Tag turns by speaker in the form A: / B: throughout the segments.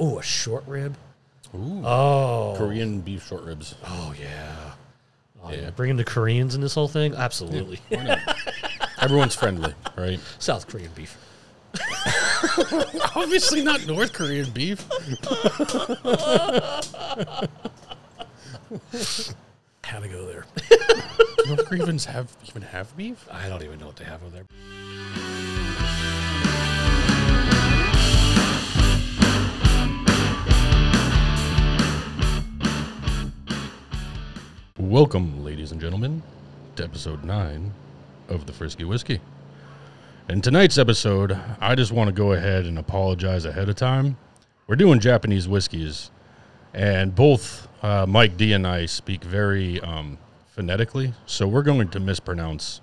A: Oh, a short rib.
B: Ooh.
A: Oh,
B: Korean beef short ribs.
A: oh yeah. Oh,
B: Yeah.
A: Bringing the Koreans in this whole thing? Absolutely.
B: Why not? Everyone's friendly, right?
A: South Korean beef.
B: Obviously not North Korean beef.
A: Had to go there.
B: North Koreans have even have beef.
A: I don't even know what they have over there.
B: Welcome, ladies and gentlemen, to episode nine of the Frisky Whiskey. In tonight's episode, I just want to go ahead and apologize ahead of time. We're doing Japanese whiskeys, and both uh, Mike D and I speak very um, phonetically, so we're going to mispronounce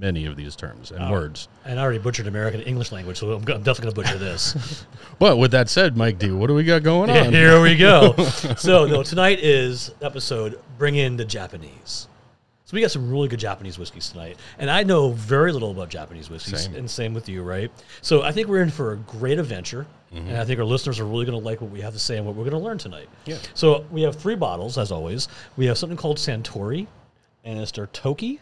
B: many of these terms and words.
A: And I already butchered American English language, so I'm, go- I'm definitely going to butcher this.
B: But with that said, Mike D, what do we got going on?
A: Here we go. so, no, tonight is episode Bring in the Japanese. So, we got some really good Japanese whiskeys tonight. And I know very little about Japanese whiskeys,
B: Same.
A: and same with you, right? So, I think we're in for a great adventure. And I think our listeners are really going to like what we have to say and what we're going to learn tonight.
B: Mm-hmm. Yeah.
A: So, we have three bottles, as always. We have something called Santori, and it's their Toki.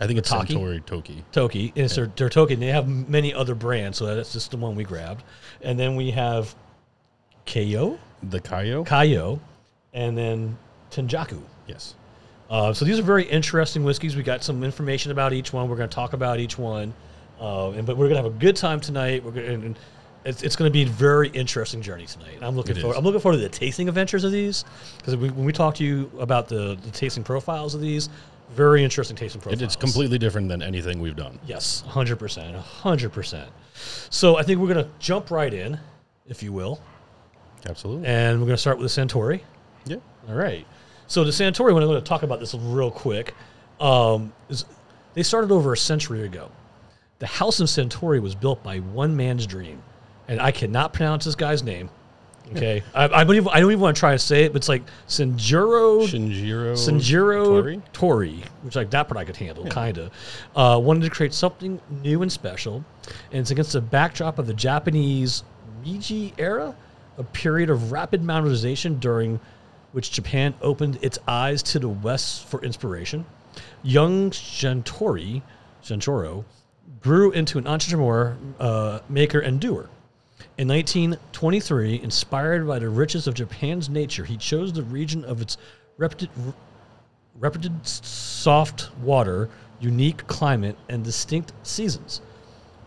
B: I think it's
A: Taki?
B: Santori Toki.
A: Toki. and It's their, their token. They have many other brands, so that's just the one we grabbed. And then we have Keio,
B: The Kayo?
A: Kayo, and then Tenjaku.
B: yes.
A: Uh, so these are very interesting whiskeys. We got some information about each one. We're going to talk about each one, uh, and but we're going to have a good time tonight. We're going and it's, it's going to be a very interesting journey tonight. I'm looking
B: It
A: forward.
B: is.
A: I'm looking forward to the tasting adventures of these because we, when we talk to you about the, the tasting profiles of these, very interesting tasting profiles.
B: It, it's completely different than anything we've done.
A: Yes, 100%. 100%. So I think we're going to jump right in, if you will,
B: Absolutely.
A: and we're going to start with the Santori.
B: yeah.
A: All right. So the Santori, when I'm going to talk about this real quick, um, is they started over a century ago. The house in Santori was built by one man's dream, and I cannot pronounce this guy's name. Okay, I, I believe I don't even want to try to say it, but it's like Sanjuro
B: Shinjiro.
A: Sanjiro
B: Tori?
A: Tori, which like that part I could handle, kinda, uh, wanted to create something new and special, and it's against the backdrop of the Japanese Meiji era, a period of rapid modernization during which Japan opened its eyes to the West for inspiration. Young Shantori, Shantoro, grew into an entrepreneur, uh, maker, and doer. In 1923, inspired by the riches of Japan's nature, he chose the region of its reputed, reputed s- soft water, unique climate, and distinct seasons,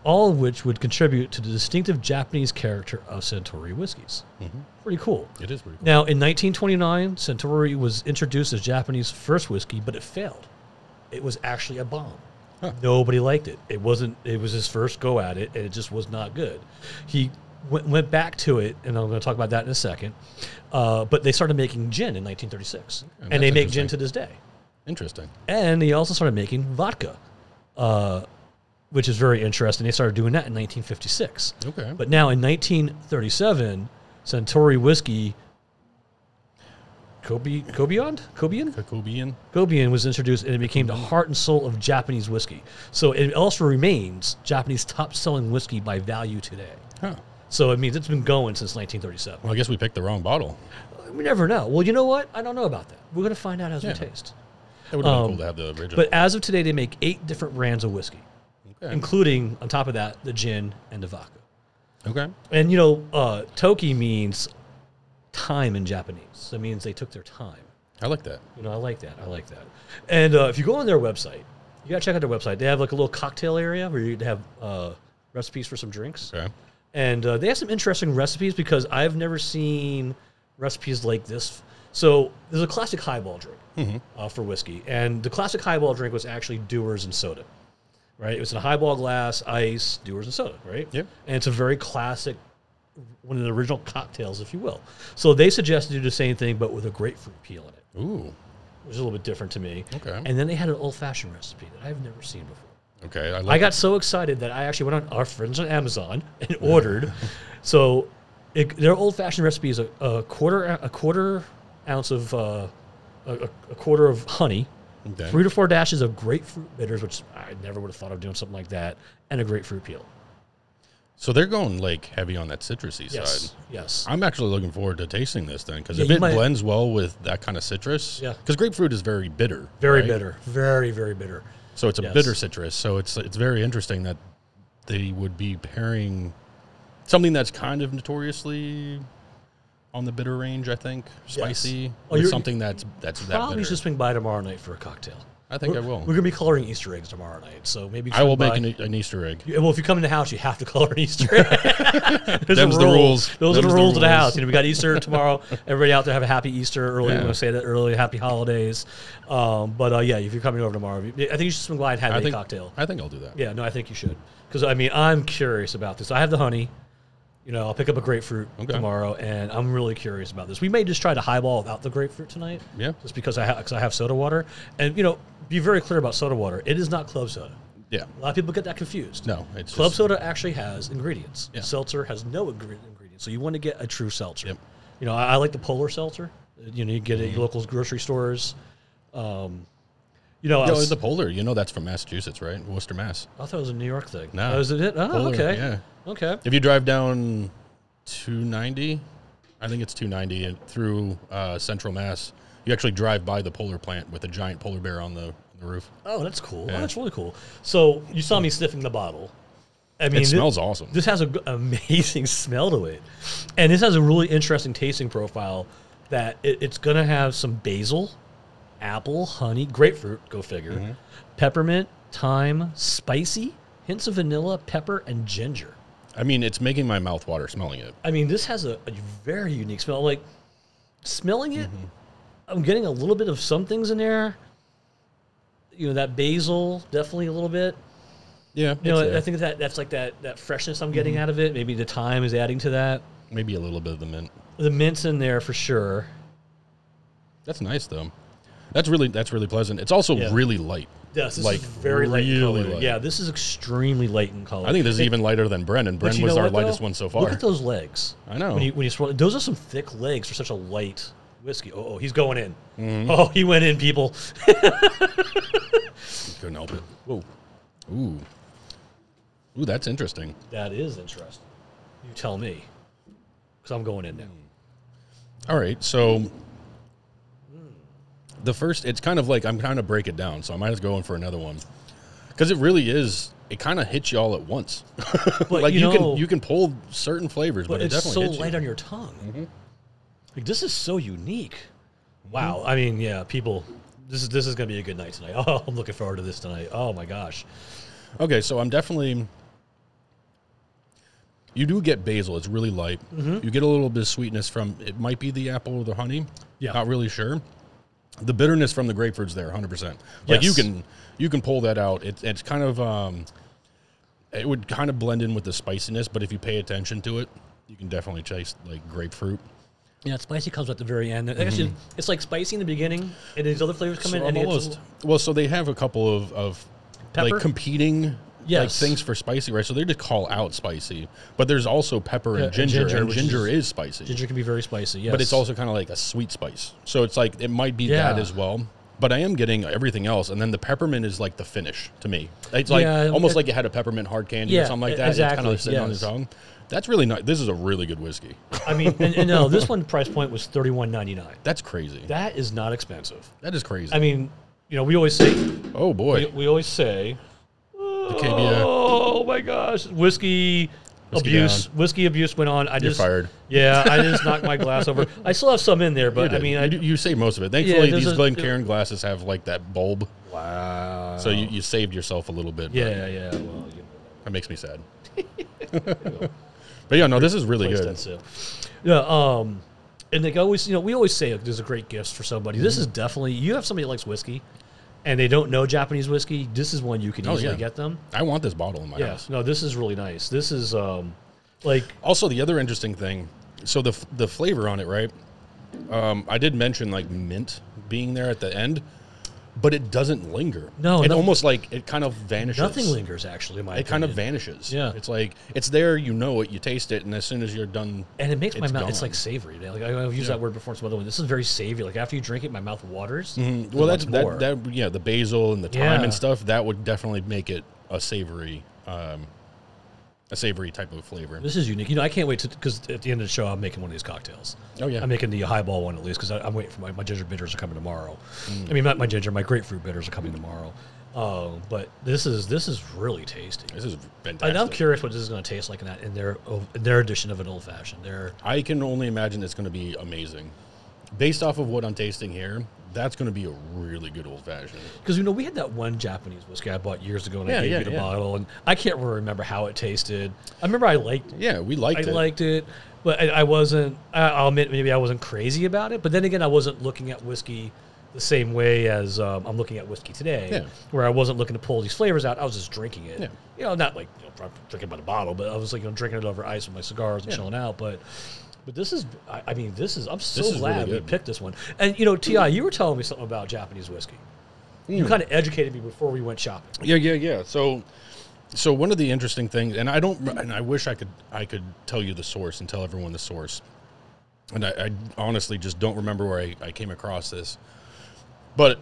A: all of which would contribute to the distinctive Japanese character of Santori whiskeys.
B: Mm-hmm.
A: Pretty cool.
B: It is pretty cool.
A: Now, in 1929, Centauri was introduced as Japanese first whiskey, but it failed. It was actually a bomb. Nobody liked it. It wasn't. It was his first go at it, and it just was not good. He went, went back to it, and I'm going to talk about that in a second. Uh, but they started making gin in 1936, and,
B: Mm-hmm. that's
A: they make gin to
B: interesting.
A: this day.
B: Interesting.
A: And they also started making vodka, uh, which is very interesting. They started doing that in 1956.
B: Okay.
A: But now in 1937, Centauri whiskey, Kobe, Kobian, Kobian,
B: Jacobian.
A: Gobian was introduced and it became the heart and soul of Japanese whiskey. So it also remains Japanese top-selling whiskey by value today.
B: Huh.
A: So it means it's been going since 1937.
B: Well, I guess we picked the wrong bottle.
A: We never know. Well, you know what? I don't know about that. We're gonna find out as
B: Yeah.
A: we taste.
B: That would have
A: Um,
B: been cool to have the original.
A: But as of today, they make eight different brands of whiskey,
B: okay.
A: including on top of that the gin and the vodka.
B: okay.
A: And you know, uh, toki means time in Japanese. That means they took their time.
B: I like that.
A: You know, I like that. I like that. And uh, if you go on their website, you gotta check out their website. They have like a little cocktail area where you have uh, recipes for some drinks,
B: Okay.
A: and uh, they have some interesting recipes because I've never seen recipes like this. So there's a classic highball drink
B: Mm-hmm.
A: uh, for whiskey, and the classic highball drink was actually Dewar's and soda right? It was in a highball glass, ice, Dewar's and soda, right?
B: Yep.
A: And it's a very classic, one of the original cocktails, if you will. So they suggested you do the same thing, but with a grapefruit peel in it,
B: Ooh.
A: which is a little bit different to me.
B: Okay.
A: And then they had an old fashioned recipe that I've never seen before.
B: Okay. I like.
A: I got so excited that I actually went on our friends on Amazon and ordered. so it, their old fashioned recipe is a, a quarter a quarter ounce of uh, a, a a quarter of honey,
B: Okay.
A: three to four dashes of grapefruit bitters, which I never would have thought of doing something like that, and a grapefruit peel.
B: So they're going like heavy on that citrusy
A: Yes.
B: side.
A: Yes.
B: I'm actually looking forward to tasting this then because
A: Yeah,
B: if
A: you
B: it
A: might-
B: blends well with that kind of citrus,
A: Yeah.
B: Because grapefruit is very bitter,
A: Very
B: right?
A: bitter. Very, very bitter.
B: So it's a
A: Yes.
B: bitter citrus. So it's it's very interesting that they would be pairing something that's kind of notoriously on the bitter range. I think spicy
A: Oh,
B: with
A: you're-
B: something that's that's that
A: Probably
B: bitter.
A: should swing by tomorrow night for a cocktail.
B: I think I
A: We're going
B: will.
A: to be coloring Easter eggs tomorrow night. So maybe.
B: I will
A: swing
B: make
A: by.
B: an, an Easter egg.
A: Yeah, Well, if you come in the house, you have to color an Easter. egg. Those
B: Them's the rules.
A: Those are
B: Them's
A: the
B: the
A: rules of the
B: rules.
A: house. You know, we got Easter tomorrow. Everybody out there have a happy Easter early.
B: Yeah.
A: I'm going to say that early. Happy holidays. Um, but uh, yeah, if you're coming over tomorrow, you- I think you should swing by and have
B: I
A: a
B: think
A: cocktail.
B: I think I'll do that.
A: Yeah, no, I think you should. Because I mean, I'm curious about this. I have the honey. You know, I'll pick up a grapefruit
B: Okay.
A: tomorrow, and I'm really curious about this. We may just try to highball without the grapefruit tonight.
B: Yeah.
A: Just because I ha- cause I have soda water, and you know, be very clear about soda water. It is not club soda.
B: Yeah.
A: A lot of people get that confused.
B: No, it's
A: Club
B: just-
A: soda actually has ingredients.
B: Yeah.
A: Seltzer has no ingre- ingredients, so you want to get a true seltzer.
B: Yep. Mm-hmm.
A: You know, I, I like the polar seltzer. You know, you get it at your local grocery stores. Um, you know, I,
B: Yo,
A: was-
B: the polar, you know that's from Massachusetts, right? Worcester, Mass.
A: I thought it was a New York thing.
B: No.
A: Oh, is it? it? Oh,
B: Polar,
A: okay.
B: yeah.
A: Okay.
B: If you drive down 290, I think it's 290 and through uh, Central Mass, you actually drive by the polar plant with a giant polar bear on the, on the roof.
A: Oh, that's cool. Oh, that's really cool. So you saw me sniffing the bottle. I mean,
B: It
A: thi-
B: smells awesome.
A: This has an amazing smell to it, and this has a really interesting tasting profile. That it, it's going to have some basil, apple, honey, grapefruit. Go figure. Peppermint, thyme, spicy hints of vanilla, pepper, and ginger.
B: I mean, it's making my mouth water smelling it.
A: I mean, this has a, a very unique smell. Like smelling it, I'm getting a little bit of some things in there. You know that basil, definitely a little bit.
B: Yeah.
A: You know, I- I think that that's like that that freshness I'm getting out of it. Maybe the thyme is adding to that.
B: Maybe a little bit of the mint.
A: The mint's in there for sure.
B: That's nice, though. That's really that's really pleasant. It's also
A: Yeah.
B: really light.
A: Yes, this
B: Like,
A: is very light. in
B: really
A: color.
B: light.
A: Yeah, this is extremely light in color.
B: I think this is
A: It-
B: even lighter than Bren, and
A: but
B: Bren
A: you
B: was
A: know
B: our
A: what, though?
B: lightest one so far.
A: Look at those legs.
B: I know.
A: When you when you swirl, those are some thick legs for such a light whiskey. Oh, oh he's going in.
B: Mm-hmm.
A: Oh, he went in, people.
B: Couldn't help it. Whoa. Ooh. Ooh, that's interesting.
A: That is interesting. You tell me, because I'm going in now.
B: All right, so the first, it's kind of like I'm trying to break it down, so I might as well go in for another one because it really is. It kind of hits you all at once.
A: But
B: like
A: you
B: you,
A: know-
B: can you can pull certain flavors, but,
A: But
B: it
A: it's so
B: definitely hits
A: light
B: you.
A: on your tongue. Like this is so unique. Wow. I mean, yeah, people. This is this is gonna be a good night tonight. Oh, I'm looking forward to this tonight. Oh my gosh.
B: Okay, so I'm definitely. You do get basil. It's really light.
A: Mm-hmm.
B: You get a little bit of sweetness from it. Might be the apple or the honey.
A: Yeah.
B: not really sure. The bitterness from the grapefruit's there, 100. percent Like you
A: Yes.
B: can you can pull that out. It's it's kind of um, it would kind of blend in with the spiciness, but if you pay attention to it, you can definitely taste like grapefruit.
A: Yeah, spicy comes at the very end. Actually, it's like spicy in the beginning, and these other flavors come
B: So
A: in.
B: I'm
A: and it's-
B: almost- well, so they have a couple of, of
A: Pepper?
B: like competing like
A: Yes.
B: things for spicy, right? So they just call out spicy, but there's also pepper
A: Yeah,
B: and
A: and
B: ginger, and
A: ginger,
B: ginger,
A: which
B: is, spicy,
A: ginger can be very spicy. Yes,
B: but it's also kind of like a sweet spice. So it's like it might be that
A: Yeah.
B: as well. But I am getting everything else, and then the peppermint is like the finish to me. It's like
A: Yeah,
B: almost
A: it-
B: like you had a peppermint hard candy or
A: Yeah,
B: something like
A: e-
B: that. It's kind
A: exactly,
B: of like sitting on your
A: yes.
B: tongue. That's really nice. This is a really good whiskey.
A: I mean, and, and no, this one price point was thirty one ninety nine.
B: That's crazy.
A: That is not expensive.
B: that is crazy.
A: I mean, you know, we always say
B: oh
A: we,
B: boy,
A: we always say
B: KBO.
A: Oh my gosh, whiskey,
B: Whiskey
A: abuse.
B: down.
A: Whiskey abuse went on. I
B: you're
A: just
B: fired.
A: Yeah, I just knocked my glass over. I still have some in there, but I mean, I
B: you,
A: do.
B: you saved most of it. Thankfully,
A: there's
B: these
A: a-
B: Glencairn glasses have like that bulb,
A: Wow.
B: so you, you saved yourself a little bit. but
A: Oh. Yeah, yeah. Well, you
B: that makes me sad. but yeah, no, this is really
A: place
B: good.
A: that sip. Yeah. Um, and like always, you know, we always say like, there's a great gifts for somebody. This is
B: Mm-hmm.
A: definitely you have somebody that likes whiskey, and they don't know Japanese whiskey. This is one you can
B: Oh,
A: easily
B: yeah.
A: get them.
B: I want this bottle in my
A: Yeah.
B: house.
A: No, this is really nice. This is um, like
B: Also, the other interesting thing, so the f- the flavor on it, right? Um, I did mention like mint being there at the end, but it doesn't linger.
A: No,
B: it
A: noth-
B: almost like it kind of vanishes.
A: nothing lingers actually. In my
B: It kind of
A: opinion.
B: vanishes.
A: Yeah.
B: it's like it's there. You know it. You taste it, and as soon as you're done,
A: and it makes my
B: it's
A: mouth. It's
B: gone.
A: like savory. Like I- I've used that word before in some other one. This is very savory. Like after you drink it, my mouth waters.
B: Mm, well, that's
A: much
B: that,
A: more.
B: that. Yeah, the basil and the thyme
A: Yeah.
B: and stuff that would definitely make it a savory um, a savory type of flavor.
A: This is unique. You know, I can't wait to because at the end of the show, I'm making one of these cocktails.
B: Oh, yeah.
A: I'm making the highball one at least because I'm waiting for my, my ginger bitters are coming tomorrow.
B: Mm.
A: I mean, not my ginger, my grapefruit bitters are coming tomorrow. Uh, but this is this is really tasty.
B: This is fantastic.
A: And I'm curious what this is going to taste like in, that, in their in their edition of an old fashioned. Their
B: I can only imagine it's going to be amazing. Based off of what I'm tasting here, that's going to be a really good old fashioned.
A: because you know we had that one Japanese whiskey I bought years ago and
B: Yeah,
A: I gave
B: yeah,
A: you the
B: yeah.
A: bottle and I can't really remember how it tasted. I remember I liked
B: Yeah, we liked
A: I
B: it.
A: liked it, but I, I wasn't. I, I'll admit maybe I wasn't crazy about it. But then again, I wasn't looking at whiskey the same way as um, I'm looking at whiskey today,
B: Yeah.
A: where I wasn't looking to pull these flavors out. I was just drinking it.
B: Yeah.
A: You know, not like you know, I'm drinking by the bottle, but I was like you know drinking it over ice with my cigars and chilling out. But but this is, I, I mean, this is. I'm so
B: This is
A: glad
B: really
A: we
B: good.
A: picked this one. And you know, Ti, you were telling me something about Japanese whiskey. You
B: Mm.
A: kind of educated me before we went shopping.
B: Yeah, yeah, yeah. So, so one of the interesting things, and I don't, and I wish I could, I could tell you the source and tell everyone the source, and I, I honestly just don't remember where I, I came across this, but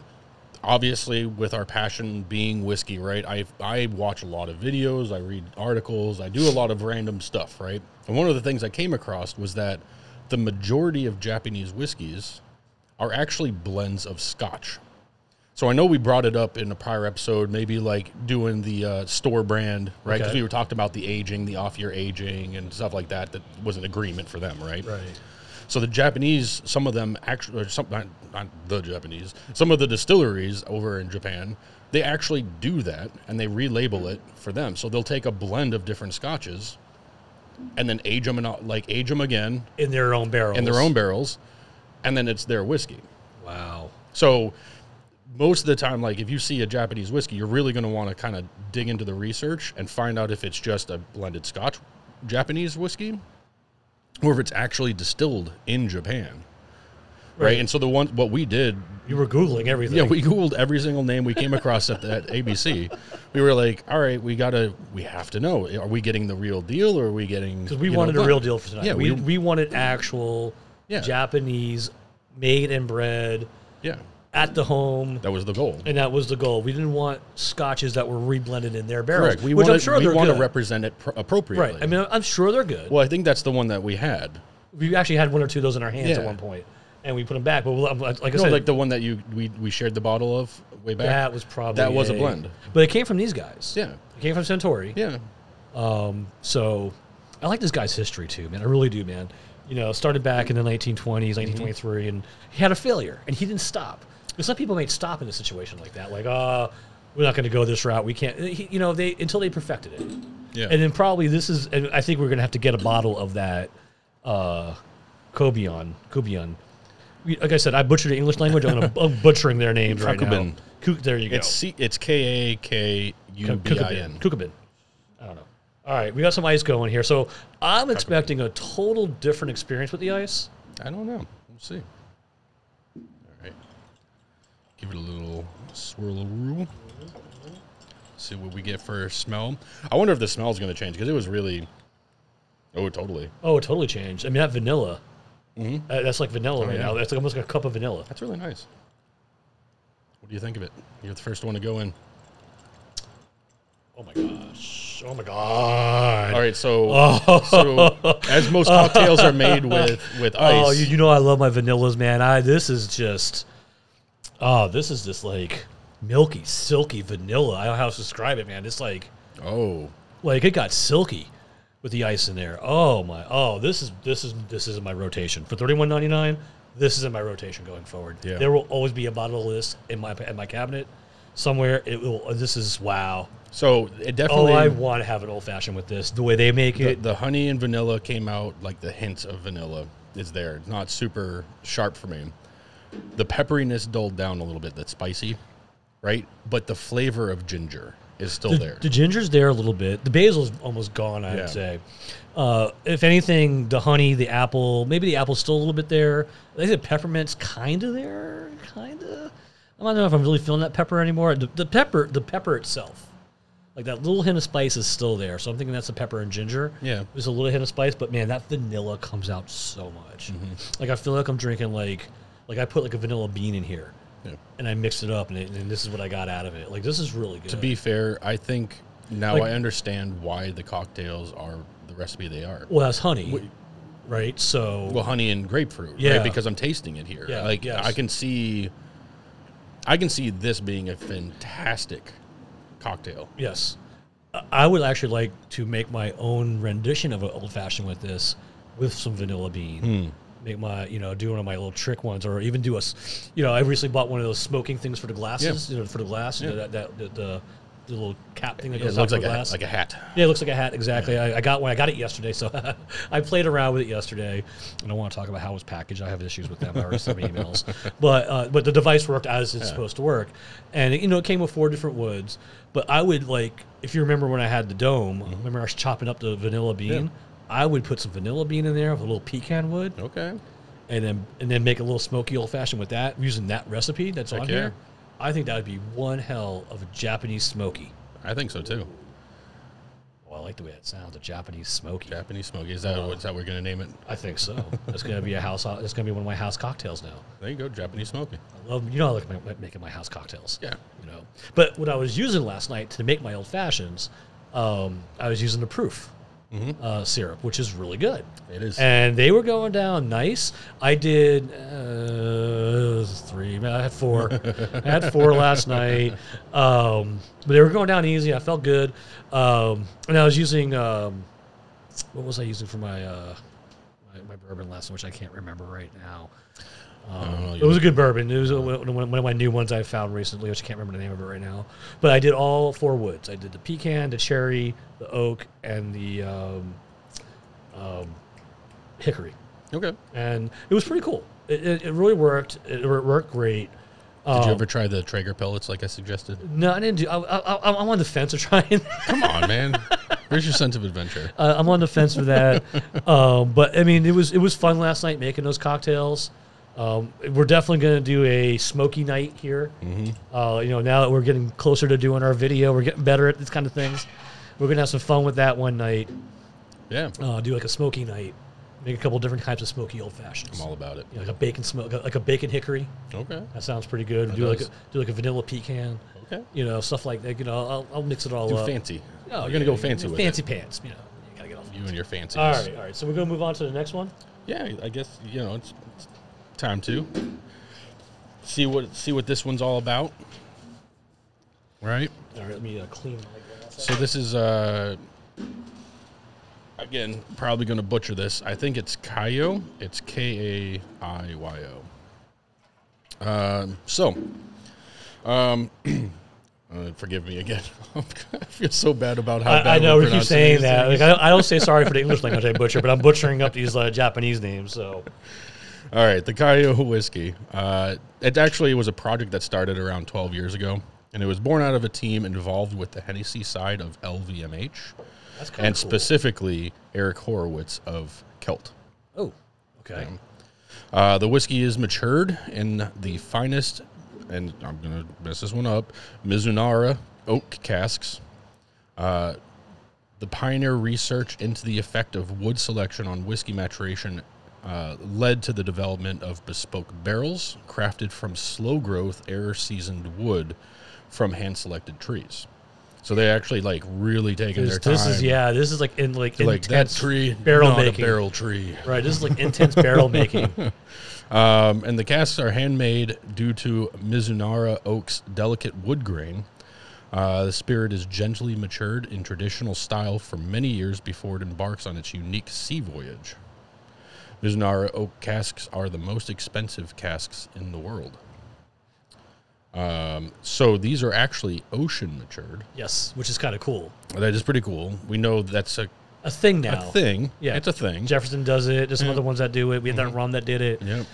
B: obviously with our passion being whiskey, right? I I watch a lot of videos, I read articles, I do a lot of random stuff, right? And one of the things I came across was that the majority of Japanese whiskeys are actually blends of Scotch. So I know we brought it up in a prior episode, maybe like doing the uh, store brand, right? Because
A: Okay.
B: we were talking about the aging, the off-year aging, and stuff like that. That was an agreement for them, right?
A: Right.
B: So the Japanese, some of them actually, or some not, not the Japanese, some of the distilleries over in Japan, they actually do that and they relabel it for them. So they'll take a blend of different scotches, and then age them and all- like age them again
A: In their own barrels.
B: in their own barrels, and then it's their whiskey.
A: Wow.
B: So most of the time, like if you see a Japanese whiskey, you're really going to want to kind of dig into the research and find out if it's just a blended Scotch Japanese whiskey, or if it's actually distilled in Japan. Right.
A: Right.
B: And so the one what we did,
A: You were googling everything.
B: yeah, we googled every single name we came across at that ABC. We were like, all right, we gotta, we have to know. Are we getting the real deal, or are we getting?
A: Because we
B: you know,
A: wanted a
B: what?
A: real deal for tonight.
B: Yeah,
A: we,
B: we-
A: we, wanted actual
B: Yeah.
A: Japanese made and bred
B: Yeah,
A: at the home.
B: that was the goal.
A: And that was the goal. We didn't want scotches that were reblended in their barrels,
B: Correct. We
A: which
B: want
A: I'm sure
B: we
A: they're
B: want
A: good.
B: to represent it pro- appropriately.
A: right. I mean, I'm sure they're good.
B: well, I think that's the one that we had.
A: we actually had one or two of those in our hands
B: Yeah.
A: at one point, and we put them back. But we'll- like I
B: No,
A: said,
B: like the one that you we, we shared the bottle of way back.
A: that was probably
B: that was a blend.
A: But it came from these guys.
B: Yeah.
A: It came from Centauri.
B: Yeah.
A: So I like this guy's history too, man. I really do, man. You know, started back in the 1920s,
B: Mm-hmm.
A: 1923, and he had a failure, and he didn't stop. And some people may stop in a situation like that, like, uh, we're not going to go this route. We can't, he, you know, they until they perfected it,
B: Yeah.
A: and then probably this is. And I think we're going to have to get a bottle of that, uh, Kobion, Kobion. We- Like I said, I butchered the English language. I'm, gonna, I'm butchering their names right now.
B: Kokubin.
A: Kook, there you go.
B: it's C, it's K A K U B I
A: Kukubin.
B: N.
A: Kukubin. I don't know. All right, we got some ice going here. So I'm expecting a total different experience with the ice.
B: I don't know. We'll see. All right. Give it a little swirl rule. See what we get for smell. I wonder if the smell's going to change because it was really. Oh, totally.
A: Oh, it totally changed. I mean, that vanilla. Uh, that's like vanilla right
B: yeah.
A: now. That's like almost like a cup of vanilla.
B: That's really nice. What do you think of it? You're the first one to go in.
A: Oh my gosh. Oh my god.
B: All right, so, so as most cocktails are made with with ice.
A: Oh, you, you know I love my vanillas, man. I this is just, oh, this is just like milky, silky vanilla. I don't know how to describe it, man. It's like
B: oh,
A: like it got silky with the ice in there. Oh my! Oh, this is this is this is in my rotation for thirty one ninety nine. This is in my rotation going forward.
B: Yeah.
A: There will always be a bottle of this in my in my cabinet somewhere. It will. This is wow.
B: so it
A: Oh,
B: definitely
A: I want to have an old fashioned with this. The way they make
B: the,
A: it.
B: the honey and vanilla came out like the hints of vanilla is there. It's not super sharp for me. The pepperiness dulled down a little bit. That's spicy, right? But the flavor of ginger is still
A: The,
B: there.
A: the ginger's there a little bit. The basil's almost gone, I'd
B: Yeah.
A: say. Uh, if anything, the honey, the apple, maybe the apple's still a little bit there. They said peppermint's kind of there, kind of. I don't know if I'm really feeling that pepper anymore. The, the pepper, the pepper itself, like that little hint of spice is still there. So I'm thinking that's the pepper and ginger.
B: Yeah.
A: there's a little hint of spice, but man, that vanilla comes out so much.
B: Mm-hmm.
A: Like I feel like I'm drinking like, like I put like a vanilla bean in here,
B: Yeah.
A: and I mixed it up, and, it, and this is what I got out of it. Like this is really good.
B: To be fair, I think Now
A: Like-
B: I understand why the cocktails are the recipe they are.
A: Well, that's honey,
B: Wait.
A: right? So
B: Well, honey and grapefruit,
A: Yeah.
B: right? Because I'm tasting it here.
A: Yeah,
B: like
A: yes.
B: I can see, I can see this being a fantastic cocktail.
A: yes, I- I would actually like to make my own rendition of an old fashioned with this, with some vanilla bean.
B: Hmm.
A: Make my you know do one of my little trick ones, or even do a, s- you know I recently bought one of those smoking things for the glasses, you know for the glass, you know, that, that the, the the little cap thing that
B: It
A: goes
B: looks
A: on
B: like
A: the
B: a,
A: glass.
B: like a hat.
A: Yeah, it looks like a hat. Exactly. I, I got one. I got it yesterday, so I played around with it yesterday. And I want to talk about how it was packaged. I have issues with them. I already sent me emails, but uh, but the device worked as it's supposed to work, and you know it came with four different woods. But I would like if you remember when I had the dome.
B: Mm-hmm.
A: Remember I was chopping up the vanilla bean. I would put some vanilla bean in there with a little pecan wood,
B: Okay.
A: and then and then make a little smoky old fashioned with that using that recipe that's
B: Heck
A: on
B: yeah.
A: here. I think that would be one hell of a Japanese smoky.
B: I think so too.
A: Oh, I like the way that sounds. A Japanese smoky.
B: Japanese smoky. Is that what is that we're gonna name it?
A: I think so. That's gonna be a house. That's gonna be one of my house cocktails now.
B: There you go, Japanese smoky.
A: I love you know I like my, like making my house cocktails.
B: Yeah.
A: You know, but what I was using last night to make my old fashions, um, I was using the proof uh, syrup, which is really good.
B: It is.
A: And they were going down nice. I did uh, three. I had four. I had four last night. Um, but they were going down easy. I felt good. Um, and I was using um, what was I using for my uh, my, my bourbon last night, which I can't remember right now.
B: Oh,
A: It was a good bourbon. It was uh, one one of my new ones I found recently, which I can't remember the name of it right now. But I did all four woods. I did the pecan, the cherry, the oak, and the um, um, hickory,
B: okay.
A: and it was pretty cool. It, it, it really worked. It, wor- worked great.
B: Did
A: Um,
B: you ever try the Traeger pellets like I suggested?
A: No, I didn't do. I, I, I, I'm on the fence of trying.
B: Come on, man. Where's your sense of adventure?
A: uh, I'm on the fence for that. um, but I mean, it was it was fun last night making those cocktails. Um, we're definitely going to do a smoky night here.
B: Mm-hmm.
A: Uh, you know, now that we're getting closer to doing our video, we're getting better at these kind of things. We're going to have some fun with that one night.
B: Yeah,
A: Uh, do like a smoky night, make a couple different types of smoky old
B: I'm
A: fashions.
B: all about it.
A: You know, like a bacon smoke, like a bacon hickory.
B: Okay.
A: That sounds pretty good. do like
B: does.
A: a, do like a vanilla pecan.
B: Okay.
A: You know, stuff like that. You know, I'll, I'll mix it all
B: Do
A: up.
B: fancy.
A: Oh,
B: You're gonna
A: yeah,
B: go fancy with
A: fancy pants. You know, you gotta get off.
B: it. You and your fancy.
A: All right, all right. So we're gonna move on to the next one.
B: yeah, I guess you know it's, it's time to see what see what this one's all about. Right.
A: All right, let me uh, clean my glass.
B: So this is uh again probably going to butcher this. I think it's Kayo. It's K A I Y O. Um. So. Um. uh, forgive me again. I feel so bad about how bad
A: I, I know
B: we're
A: we keep
B: pronouncing
A: saying
B: these
A: that.
B: things.
A: Like, I, don't, I don't say sorry for the English language I butcher, but I'm butchering up these uh, Japanese names. So
B: All right, the Cuyahoga whiskey. Uh, it actually was a project that started around 12 years ago, and it was born out of a team involved with the Hennessy side of LVMH,
A: that's kind
B: and
A: of cool.
B: specifically Eric Horowitz of Kelt.
A: oh, okay.
B: Uh, the whiskey is matured in the finest, and I'm going to mess this one up, Mizunara oak casks. Uh, the pioneer research into the effect of wood selection on whiskey maturation uh, led to the development of bespoke barrels crafted from slow growth, air seasoned wood from hand selected trees. So they actually like really taking
A: This,
B: their
A: this
B: time.
A: is yeah. This is like in like,
B: Like that
A: intense
B: tree,
A: barrel
B: not
A: making.
B: a barrel tree.
A: Right. This is like intense barrel making.
B: Um, and the casks are handmade due to Mizunara oak's delicate wood grain. Uh, the spirit is gently matured in traditional style for many years before it embarks on its unique sea voyage. Mizunara oak casks are the most expensive casks in the world. Um, so these are actually ocean matured.
A: Yes, which is kind of cool.
B: That is pretty cool. We know that's a,
A: A thing
B: a
A: now.
B: thing. Mm.
A: Yeah.
B: it's a thing.
A: Jefferson does it. There's some other ones that do it. We had that
B: Mm-hmm.
A: rum that did it.
B: Yep.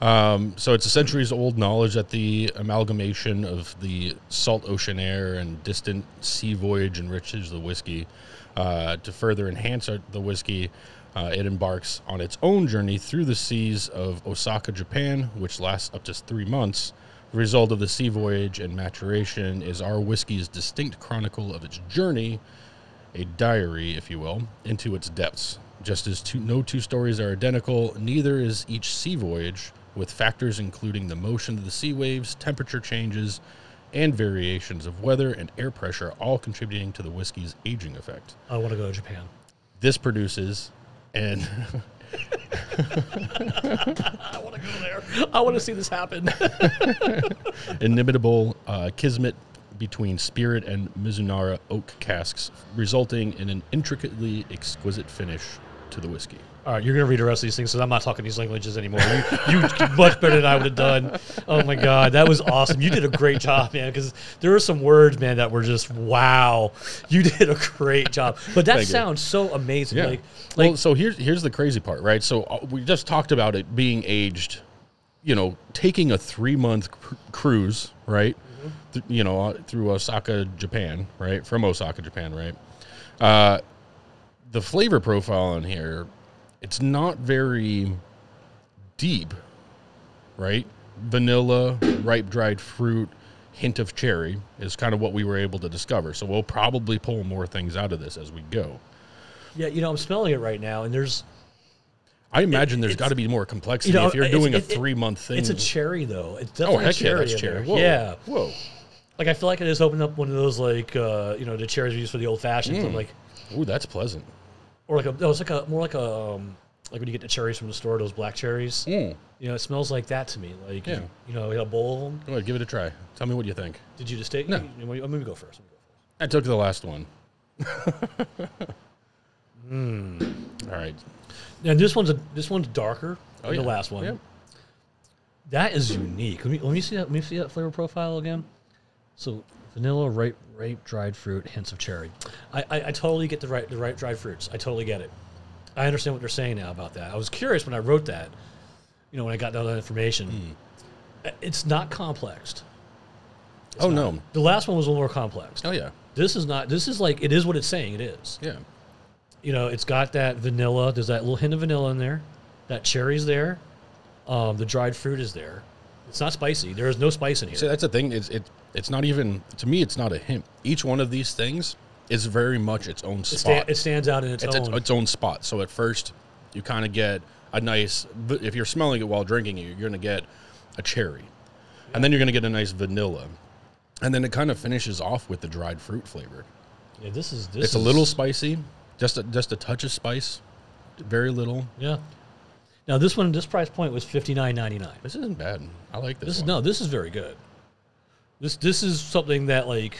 B: Um, so it's a centuries old knowledge that the amalgamation of the salt ocean air and distant sea voyage enriches the whiskey. Uh, to further enhance our- the whiskey, uh, it embarks on its own journey through the seas of Osaka, Japan, which lasts up to three months. The result of the sea voyage and maturation is our whiskey's distinct chronicle of its journey a diary, if you will, into its depths. Just as two, no two stories are identical, neither is each sea voyage, with factors including the motion of the sea waves, temperature changes, and variations of weather and air pressure, all contributing to the whiskey's aging effect.
A: I want to go to Japan.
B: This produces an
A: I want to go there. I want to see this happen.
B: inimitable uh, kismet between spirit and Mizunara oak casks, resulting in an intricately exquisite finish to the whiskey.
A: All right, you're gonna read the rest of these things because I'm not talking these languages anymore. You, you did much better than I would have done. Oh my god, that was awesome. You did a great job, man. Because there were some words, man, that were just wow. You did a great job. But that
B: Thank you.
A: sounds so amazing. Like,
B: well, so here's here's the crazy part, right? So uh, we just talked about it being aged. You know, taking a three month cr- cruise, right?
A: Mm-hmm.
B: Th- you know, uh, through Osaka, Japan, right? From Osaka, Japan, right? Uh, the flavor profile on here, it's not very deep, right? Vanilla, ripe dried fruit, hint of cherry is kind of what we were able to discover. So we'll probably pull more things out of this as we go.
A: yeah, you know, I'm smelling it right now, and there's
B: I imagine there's got to be more complexity
A: you know,
B: if you're
A: it's-
B: doing a
A: it- it-
B: three month thing.
A: it's a cherry though. It's
B: oh
A: definitely a
B: heck yeah,
A: cherry.
B: that's
A: in
B: cherry.
A: there.
B: Whoa,
A: Yeah,
B: whoa.
A: like I feel like I just opened up one of those like uh, you know the cherries we use for the old fashions.
B: Mm.
A: I'm like,
B: Ooh, that's pleasant.
A: or like a no, it's like a more like a um, like when you get the cherries from the store, those black cherries.
B: Mm.
A: You know, it smells like that to me. Like
B: Yeah.
A: you know, a bowl of them.
B: Go ahead, give it a try. Tell me what you think.
A: Did you just take?
B: No.
A: You, you, I'm gonna go first. I'm gonna go first.
B: I took the last one.
A: Hmm.
B: All right.
A: And this one's a, this one's darker
B: Oh,
A: than
B: yeah.
A: the last one.
B: Yeah.
A: That is unique. Let me, let me see that. Let me see that flavor profile again. So vanilla, ripe, ripe dried fruit, hints of cherry. I, I, I totally get the right the ripe dried fruits. I totally get it. I understand what they're saying now about that. I was curious when I wrote that. You know, when I got all that information,
B: Hmm.
A: Uh, it's not complex.
B: oh no.
A: The last one was a little more complex.
B: Oh yeah.
A: This is not. This is like it is what it's saying. It is.
B: Yeah.
A: you know, it's got that vanilla. There's that little hint of vanilla in there. That cherry's there. Um, the dried fruit is there. It's not spicy. There is no spice in here.
B: So that's the thing. It's it, it's not even to me. It's not a hint. Each one of these things is very much its own
A: it,
B: spot.
A: sta- it stands out in its,
B: it's its,
A: own.
B: its own spot. So at first, you kind of get a nice. v- If you're smelling it while drinking it, you're going to get a cherry, and then you're going to get a nice vanilla, and then it kind of finishes off with the dried fruit flavor.
A: yeah, this is this.
B: It's a
A: is-
B: little spicy, just a, just a touch of spice, very little.
A: Yeah. Now this one, this price point was fifty nine ninety nine.
B: This isn't bad. I like this.
A: This is
B: one.
A: no, this is very good. This this is something that like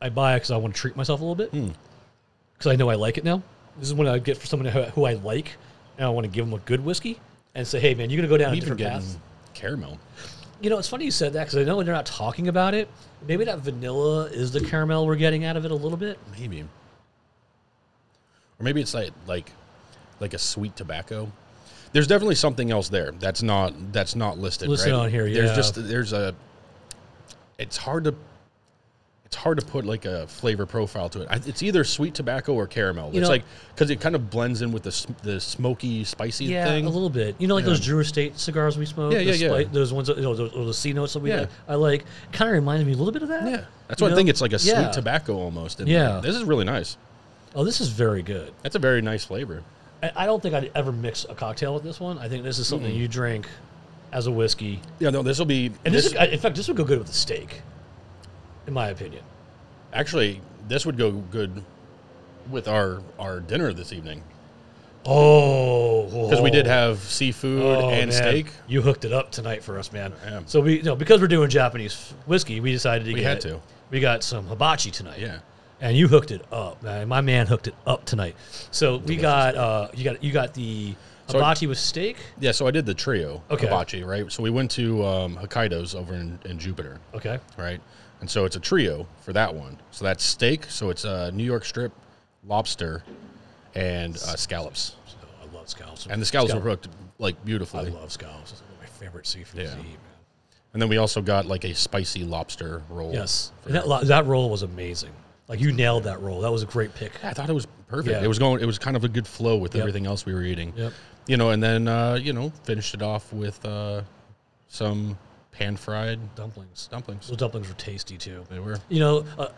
A: I buy because I want to treat myself a little bit
B: Hmm.
A: because I know I like it now. This is what I get for someone who, who I like, and I want to give them a good whiskey and say, "Hey, man, you're gonna go down
B: I'm
A: a
B: even
A: different
B: getting
A: path."
B: caramel.
A: You know, it's funny you said that because I know when they're not talking about it, maybe that vanilla is the caramel we're getting out of it a little bit.
B: Maybe. Or maybe it's like like like a sweet tobacco. There's definitely something else there that's not that's not listed.
A: Listed
B: right?
A: on here,
B: There's
A: yeah.
B: just there's a. It's hard to. It's hard to put like a flavor profile to it. I- It's either sweet tobacco or caramel.
A: You
B: it's
A: know-
B: like because it kind of blends in with the sm- the smoky spicy
A: Yeah,
B: thing.
A: a little bit. You know, like those Drew Estate cigars we smoke.
B: Yeah, yeah,
A: the
B: yeah.
A: spli- Those ones, that- you know, those, or the C notes that we
B: Yeah.
A: like, I like. Kind of reminds me a little bit of that.
B: yeah, that's
A: You
B: why I
A: know?
B: think it's like a
A: Yeah.
B: sweet tobacco almost. in
A: Yeah.
B: there. this is really nice.
A: Oh, this is very good.
B: That's a very nice flavor.
A: I, I don't think I'd ever mix a cocktail with this one. I think this is something you drink as a whiskey.
B: Yeah, no, this will be.
A: And this, I- in fact, this would go good with a steak, in my opinion.
B: Actually, this would go good with our our dinner this evening
A: Oh,
B: because we did have seafood
A: Oh,
B: and
A: man.
B: steak.
A: You hooked it up tonight for us, man.
B: Yeah.
A: So we, no, because we're doing Japanese whiskey, we decided to
B: We
A: get.
B: had to.
A: We got some hibachi tonight.
B: Yeah.
A: And you hooked it up, man. My man hooked it up tonight. So we got, uh, you got, you got the
B: So-
A: hibachi with steak.
B: Yeah, so I did the trio
A: Okay.
B: hibachi, right? So we went to um, Hokkaido's over in, in Jupiter,
A: Okay.
B: right? And so it's a trio for that one. So that's steak. So it's uh, New York strip, lobster, and uh, scallops.
A: So I love scallops.
B: And the scallops
A: Scallop-
B: were cooked like
A: I
B: beautifully.
A: love scallops. It's one of my favorite seafood
B: Yeah.
A: to eat, man.
B: And then we also got like a spicy lobster roll.
A: Yes.
B: for
A: And that, lo- that roll was amazing. Like you nailed that roll. That was a great pick.
B: I thought it was perfect.
A: Yeah.
B: It was going. It was kind of a good flow with everything else we were eating.
A: Yep.
B: You know, and then uh, you know finished it off with uh, some pan fried
A: Dumplings.
B: dumplings.
A: Those dumplings were tasty too.
B: They were.
A: You know, uh,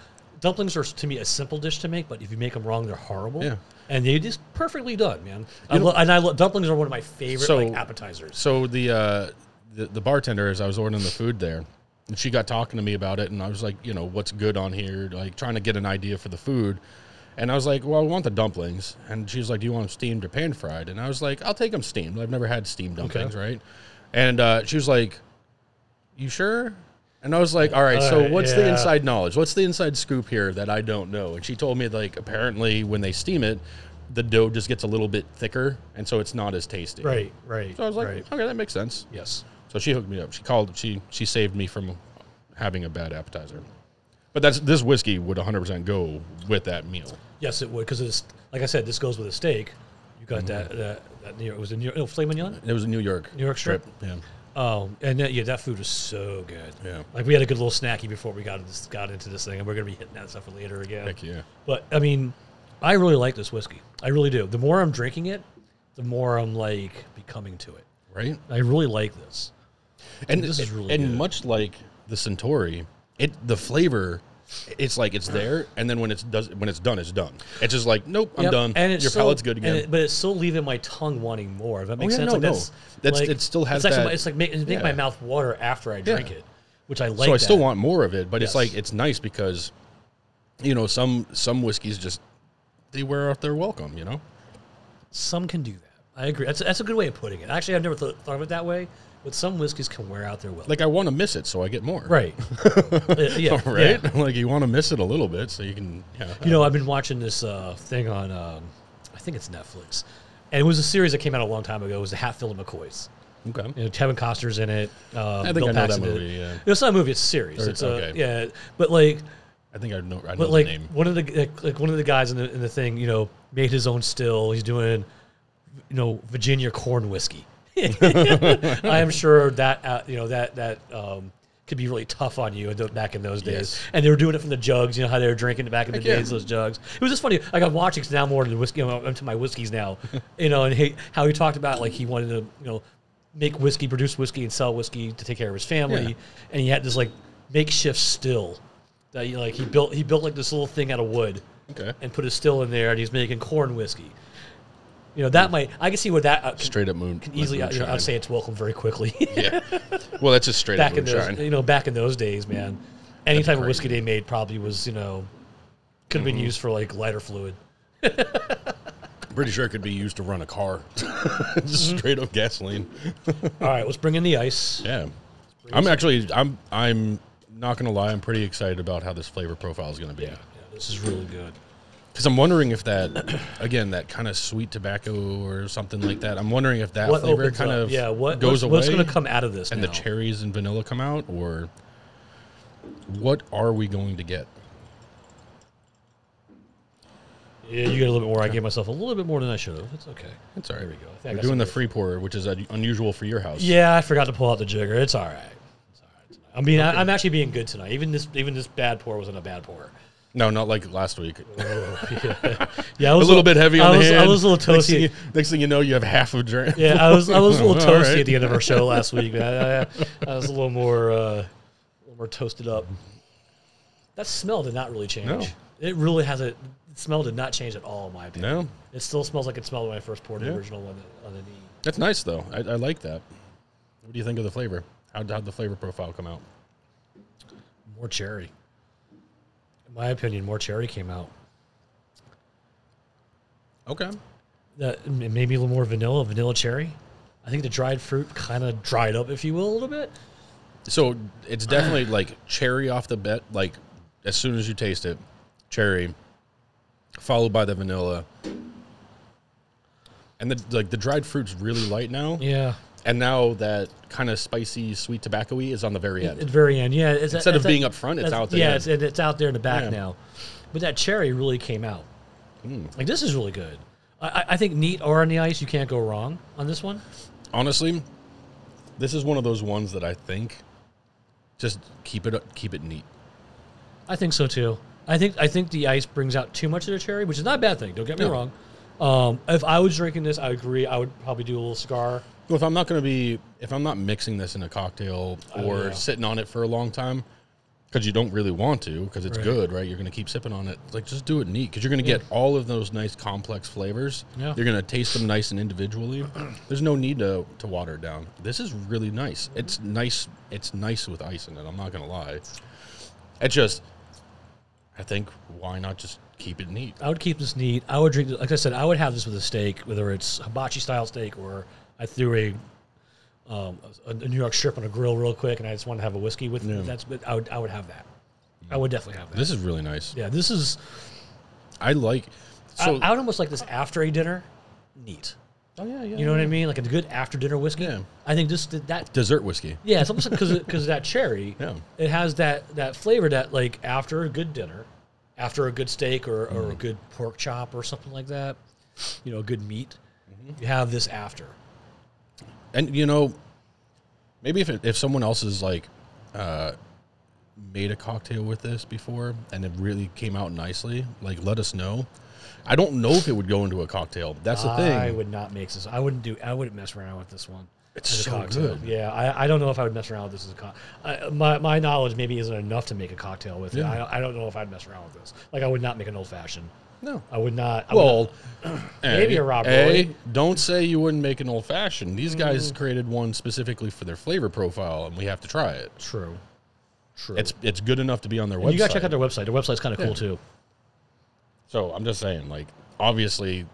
A: dumplings are to me a simple dish to make, but if you make them wrong, they're horrible.
B: Yeah.
A: And they just perfectly done, man. I lo- and I love dumplings are one of my favorite
B: So-
A: like appetizers.
B: So the uh, the, the bartender as I was ordering the food there, and she got talking to me about it, and I was like, you know, what's good on here, like trying to get an idea for the food. And I was like, well, I want the dumplings. And she was like, do you want them steamed or pan fried? And I was like, I'll take them steamed. I've never had steamed dumplings, right? And uh, she was like, you sure? And I was like, all right, so
A: Uh,
B: what's the
A: yeah.
B: inside knowledge? What's the inside scoop here that I don't know? And she told me, like, apparently when they steam it, the dough just gets a little bit thicker, and so it's not as tasty.
A: Right, right.
B: So I was like,
A: right.
B: okay, that makes sense.
A: yes.
B: So she hooked me up. She called. She she saved me from having a bad appetizer. But that's this whiskey would 100% go with that meal.
A: Yes, it would because it's like I said, this goes with a steak. You got that, that that New York was it New York oh, filet mignon,
B: It was a New York
A: New York strip.
B: Yeah.
A: Oh, and that, yeah, that food was so good.
B: Yeah.
A: like we had a good little snacky before we got this, got into this thing, and we're gonna be hitting that stuff later again.
B: Heck yeah.
A: But I mean, I really like this whiskey. I really do. The more I'm drinking it, the more I'm like becoming to it.
B: Right.
A: I really like this.
B: And
A: This is really
B: and
A: good.
B: much like the Centauri, it the flavor, it's like it's there, and then when it's does when it's done, it's done. It's just like nope, I'm
A: Yep,
B: done.
A: And it's
B: Your
A: still-
B: palate's good
A: and
B: again. Oh,
A: it- but it's still leaving my tongue wanting more. If that makes
B: yeah,
A: sense,
B: no,
A: like
B: no.
A: that's,
B: That's- it still has
A: it's actually
B: that-
A: my- it's like make, it's make my
B: yeah.
A: mouth water after I drink
B: Yeah.
A: it, which I like.
B: so I still
A: that.
B: want more of it, but it's
A: Yes.
B: like it's nice because, you know, some some whiskeys just they wear off their welcome. You know.
A: some can do that. I agree. That's that's a good way of putting it. Actually, I've never th- thought of it that way. But some whiskeys can wear out their welcome.
B: like I want to miss it so I get more.
A: right. Uh, yeah.
B: Right?
A: yeah.
B: Like you want to miss it a little bit so you can yeah.
A: You know, I've been watching this uh, thing on, um, I think it's Netflix, and it was a series that came out a long time ago. It was the Hatfield and McCoys.
B: Okay.
A: You know, Kevin Costner's in it. Um,
B: I think
A: Bill
B: I know that
A: Paxton in it.
B: movie, yeah.
A: It's not a movie; it's a series.
B: Or-
A: it's a
B: okay.
A: yeah, but like,
B: I think I know I
A: but
B: know the
A: like
B: name.
A: one of the like, like one of the guys in the in the thing, you know, made his own still. He's doing, you know, Virginia corn whiskey. I am sure that uh, you know that that um, could be really tough on you in tho- back in those days.
B: Yes.
A: And they were doing it from the jugs. You know how they were drinking it back in the
B: Heck yeah.
A: days. Those jugs. It was just funny. Like I'm watching 'cause now more than whiskey. You know, I'm to my whiskeys now. you know, and he, how he talked about like he wanted to you know make whiskey, produce whiskey, and sell whiskey to take care of his family.
B: Yeah.
A: And he had this like makeshift still that you know, like he built. He built like this little thing out of wood
B: Okay.
A: and put a still in there, and he's making corn whiskey. You know that might. I can see where that uh, can
B: Straight up moon. Hmm. like
A: easily. You know,
B: moonshine.
A: I'd say it's welcome very quickly.
B: Yeah. Well, that's just straight
A: back
B: up
A: in those,
B: moonshine.
A: you know, back in those days, man. Any
B: That'd be
A: type of whiskey
B: crazy. Mm-hmm.
A: they made probably was, you know, could have been used for like lighter fluid.
B: Pretty sure it could be used to run a car.
A: Mm-hmm.
B: just straight up gasoline.
A: All right, let's bring in the ice.
B: Yeah. I'm actually I'm I'm not going to lie, I'm pretty excited about how this flavor profile is going to be.
A: Yeah, this is really good.
B: Cuz I'm wondering if that again, that kind of sweet tobacco or something like that. I'm wondering if that
A: What
B: flavor
A: opens
B: kind
A: up?
B: of
A: yeah? What what's,
B: goes away.
A: What's going to come out of this?
B: and
A: now?
B: the cherries and vanilla come out, or what are we going to get?
A: Yeah, you got a little bit more. I gave myself a little bit more than I should have. It's okay.
B: That's all right.
A: There we go. I think I
B: We're
A: got
B: doing
A: some
B: the
A: good-
B: free pour, which is un- unusual for your house.
A: Yeah, I forgot to pull out the jigger. It's all right. It's all right tonight. I'm being. I, am actually being good tonight. Even this. Even this bad pour wasn't a bad pour. Oh,
B: No, not like last week. A
A: yeah, yeah I was
B: little bit heavy
A: I
B: on the
A: was-
B: hand.
A: I was a little
B: Next thing,
A: toasty.
B: you, next thing you know, you have half a drink.
A: Yeah, I was I was a little
B: All
A: toasty
B: right.
A: at the end of our show last week. man. I, I, I was a little more uh, a little more toasted up. That smell did not really change.
B: No.
A: It really has a the smell did not change at all in my opinion.
B: No,
A: It still smells like it smelled when I first poured
B: Yeah.
A: the original one on the knee.
B: that's nice though. I, I like that. What do you think of the flavor? How how'd the flavor profile come out?
A: More cherry. In my opinion, more cherry came out.
B: Okay.
A: That m- maybe a little more vanilla, vanilla cherry. I think the dried fruit kind of dried up, if you will, a little bit.
B: So it's definitely like cherry off the bet. Like as soon as you taste it, cherry, followed by the vanilla, and the like the dried fruit's really light now.
A: Yeah.
B: And now that kind of spicy, sweet tobacco-y is on the very
A: At
B: end.
A: the very end, yeah. It's,
B: Instead of
A: it's-
B: being up front, it's
A: that's-
B: out there.
A: Yeah, it's, and it's out there in the back
B: Yeah. Hmm.
A: now. But that cherry really came out. Like this is really good. I, I- I think neat or on the ice, you can't go wrong on this one.
B: Honestly, this is one of those ones that I think just keep it keep it neat.
A: I think so too. I think I think the ice brings out too much of the cherry, which is not a bad thing. Don't get me
B: No.
A: wrong. Um, if I was drinking this, I agree. I would probably do a little cigar.
B: Well, if I'm not going to be if I'm not mixing this in a cocktail
A: Oh,
B: or
A: yeah.
B: sitting on it for a long time, because you don't really want to because it's
A: Right.
B: good, right? You're going to keep sipping on it. Like just do it neat because you're going to get all of those nice complex flavors.
A: Yeah.
B: You're going to taste them nice and individually. There's no need to, to water it down. This is really nice. It's nice. It's nice with ice in it. I'm not going to lie. It's just, I think why not just keep it neat?
A: I would keep this neat. I would drink, like I said, I would have this with a steak, whether it's hibachi style steak or I threw a um, a, a New York strip on a grill real quick, and I just wanted to have a whiskey with it. That's, but I would, I would have that. I would definitely have that.
B: This is really nice.
A: yeah, this is.
B: I like. So
A: I, I would almost like this after a dinner, neat.
B: oh yeah, yeah.
A: You know what I mean? Like a good after dinner whiskey.
B: Yeah.
A: I think this that
B: dessert whiskey.
A: Yeah, it's almost because because that cherry.
B: Yeah.
A: It has that that flavor that like after a good dinner, after a good steak or,
B: Mm-hmm.
A: or a good pork chop or something like that, you know, good meat.
B: Mm-hmm.
A: You have this after.
B: and you know, maybe if it, if someone else is like uh, made a cocktail with this before and it really came out nicely, like let us know. I don't know if it would go into a cocktail. That's the
A: I
B: thing.
A: would not make this. I wouldn't do. I wouldn't mess around with this one.
B: It's
A: as a
B: so
A: cocktail.
B: good.
A: Yeah, I, I don't know if I would mess around with this as a cocktail. My, my knowledge maybe isn't enough to make a cocktail with
B: Yeah.
A: it. I, don't- I don't know if I'd mess around with this. Like I would not make an old fashioned.
B: No.
A: I would not. I would
B: Well,
A: Maybe a Rob
B: A,
A: Roy. Mm.
B: don't say you wouldn't make an old fashioned. These guys created one specifically for their flavor profile, and we have to try it.
A: not- true. True.
B: It's it's good enough to be on their website.
A: you gotta check out their website. Their website's kind of
B: Yeah.
A: cool too.
B: so I'm just saying, like, obviously,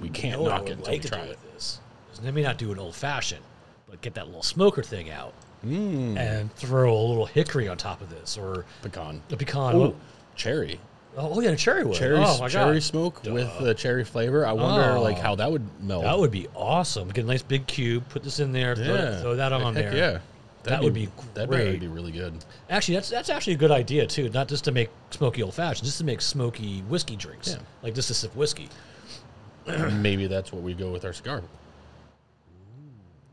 B: we can't
A: know what
B: knock
A: I would
B: it until
A: like to
B: we try
A: do
B: it.
A: with this is maybe not do an old fashioned, but get that little smoker thing out
B: Mm.
A: and throw a little hickory on top of this or
B: Pecan,
A: a pecan.
B: Ooh,
A: Oh,
B: cherry.
A: oh yeah, a cherry wood.
B: cherry,
A: oh my
B: cherry
A: god,
B: smoke with the cherry flavor. I wonder
A: Oh.
B: like how that would melt.
A: that would be awesome. Get a nice big cube, put this in there, throw, that, throw that
B: Heck
A: on there.
B: Yeah,
A: That would be
B: that would
A: great.
B: be really good.
A: Actually, that's that's actually a good idea too. Not just to make smoky old fashioned, just to make smoky whiskey drinks.
B: Yeah.
A: Like just to sip whiskey.
B: Maybe that's what we go with our cigar.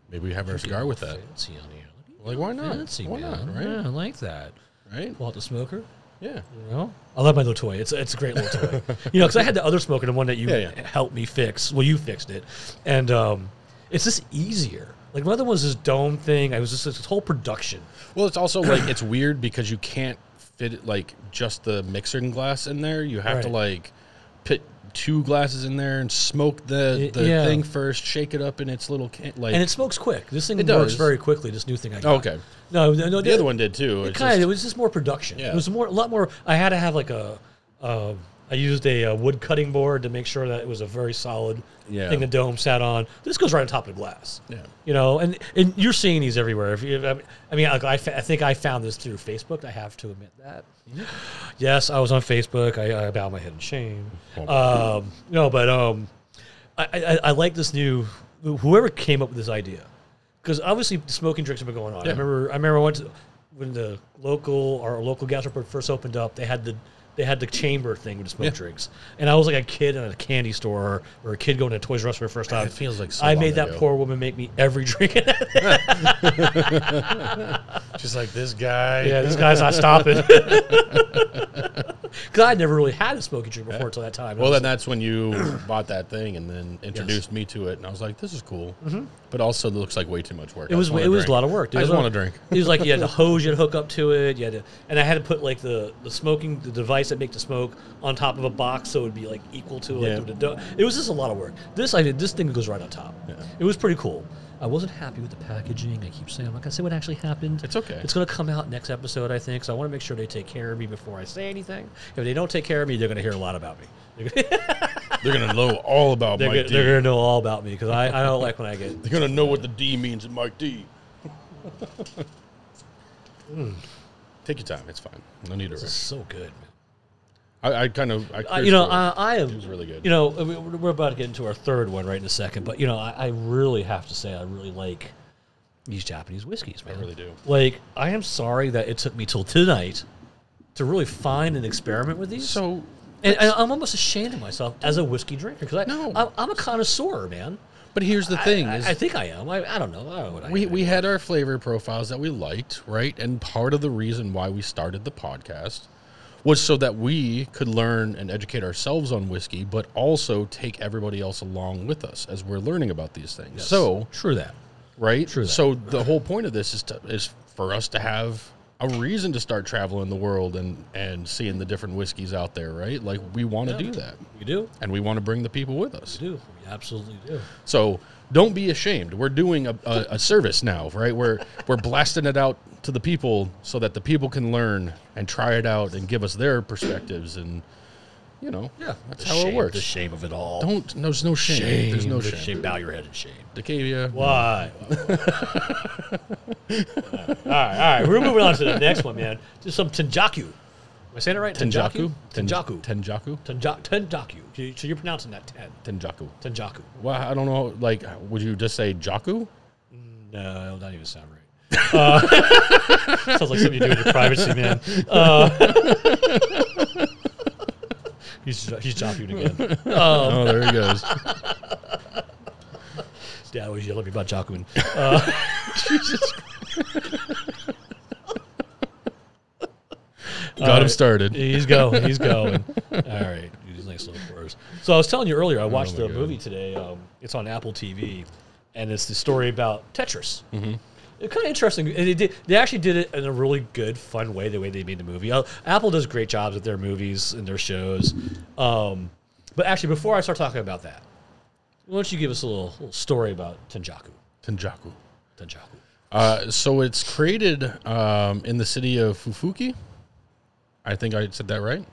B: Maybe we have our cigar with that.
A: Fancy on here. Look at
B: Like why
A: you.
B: not?
A: Fancy,
B: why
A: man.
B: not? Right?
A: Yeah, I like that.
B: Right?
A: Pull out the smoker.
B: Yeah.
A: You know? I love my little toy. It's it's a great little toy. you know, because I had the other smoker, the one that you
B: Yeah, yeah.
A: helped me fix. Well, you fixed it, and um, it's just easier. Like my other one was this dome thing. I was just this whole production.
B: Well, it's also like it's weird because you can't fit it, like just the mixing glass in there. You have to
A: Right.
B: like put two glasses in there and smoke the,
A: Y-
B: the
A: yeah.
B: thing first, shake it up in its little can. Like
A: And it smokes quick. This thing
B: It
A: works
B: does.
A: very quickly. This new thing I got.
B: Oh, okay.
A: No, no, no
B: The other one did too. It's
A: Kind of.
B: just-
A: It was just more production.
B: Yeah.
A: It was more, a lot more. I had to have like a. Um, I used a, uh wood cutting board to make sure that it was a very solid
B: Yeah.
A: thing. The dome sat on. This goes right on top of the glass.
B: Yeah.
A: You know, and and you're seeing these everywhere. If you, I mean, I, mean, like, I, fa- I think I found this through Facebook. I have to admit that. Yes, I was on Facebook. I, I bow my head in shame.
B: Oh,
A: Um, no, but um, I, I, I like this new whoever came up with this idea because obviously smoking drinks have been going on.
B: Yeah.
A: I remember I remember I went to, when the local our local gas report first opened up. They had the they had the chamber thing with the smoke
B: Yeah.
A: drinks, and I was like a kid in a candy store or a kid going to Toys R Us for the first time.
B: it feels like so
A: I
B: long
A: made that
B: ago.
A: poor woman make me every drink. yeah,
B: Just like this guy.
A: this guy's not stopping. Because I never really had a smoking drink before until that time.
B: Well,
A: I was
B: then that's when you bought that thing and then introduced me to it, and I was like, "This is cool," but also it looks like way too much work.
A: Mm-hmm. It was it was a lot of work. dude.
B: I
A: It
B: just
A: was
B: want to drink.
A: It was like you had to hose, you had to hook up to it, you had to, and I had to put like the, the smoking the device that make the smoke on top of a box so it would be like equal to like
B: Yeah.
A: the, do- it was just a lot of work. This I did this thing goes right on top. It was pretty cool. I wasn't happy with the packaging. I keep saying I'm not gonna say what actually happened.
B: It's okay.
A: It's gonna come out next episode, I think. So I want to make sure they take care of me before I say anything. If they don't take care of me, they're gonna hear a lot about me. They're gonna,
B: They're gonna know all about
A: they're
B: Mike
A: gonna,
B: D.
A: they're gonna know all about me because I, I don't like when I get
B: They're gonna know what the D means in Mike D. Hmm. Take your time. It's fine. No need to
A: this is
B: rush.
A: so good. Man.
B: I, I kind of, I
A: I,
B: cursed
A: Uh, you know,
B: over it.
A: I, I am.
B: It was really good.
A: You know, we- we're about to get into our third one right in a second, but you know, I, I really have to say I really like these Japanese whiskeys, man.
B: really do.
A: Like, I am sorry that it took me till tonight to really find and experiment with these.
B: so
A: and, and I'm almost ashamed of myself as a whiskey drinker because I,
B: No.
A: I'm, I'm a connoisseur, man.
B: but here's the thing:
A: I,
B: is
A: I think I am. I, I don't know. I don't know what I
B: we,
A: am.
B: we had our flavor profiles that we liked, right? And part of the reason why we started the podcast was so that we could learn and educate ourselves on whiskey, but also take everybody else along with us as we're learning about these things. So,
A: true that.
B: right?
A: True that.
B: So the whole point of this is to, is for us to have a reason to start traveling the world and and seeing the different whiskeys out there, right? Like we want to
A: Yeah.
B: do that,
A: We do.
B: and we want to bring the people with us.
A: We do. We absolutely do.
B: So don't be ashamed. We're doing a, a, a service now, right? We're we're blasting it out to the people so that the people can learn and try it out and give us their perspectives and you know
A: Yeah.
B: that's
A: The
B: how
A: shame,
B: it works.
A: The shame of it all.
B: Don't no, there's no shame. There's no
A: the
B: shame.
A: Bow your head in shame.
B: Decavia.
A: Why? all right, all right. We're moving on to the next one, man. Just some tenjaku. Am I saying it right?
B: Tenjaku.
A: Tenjaku. Tenjaku.
B: Tenjaku.
A: Tenja- Tenjaku. So you're pronouncing that ten.
B: Tenjaku.
A: Tenjaku.
B: Well, I don't know. Like, would you just say Jaku?
A: No, it'll not even sound right. Uh, sounds like something you do in your privacy, man. Uh, he's he's jockeying again.
B: Oh, there he goes.
A: Dad always yelled at me about Jakun.
B: Got him
A: right.
B: started.
A: He's going. He's going. All right. These nice little words. So I was telling you earlier, I watched
B: my
A: the
B: God.
A: movie today. Um, it's on Apple TV, and it's the story about Tetris. Mm-hmm. It's kind of interesting. And they, did, they actually did it in a really good, fun way. The way they made the movie. Uh, Apple does great jobs with their movies and their shows. Um, but actually, before I start talking about that, why don't you give us a little, little story about Tenjaku?
B: Tenjaku.
A: Tenjaku.
B: Uh, so it's created um, in the city of Fufuki. I think I said that right.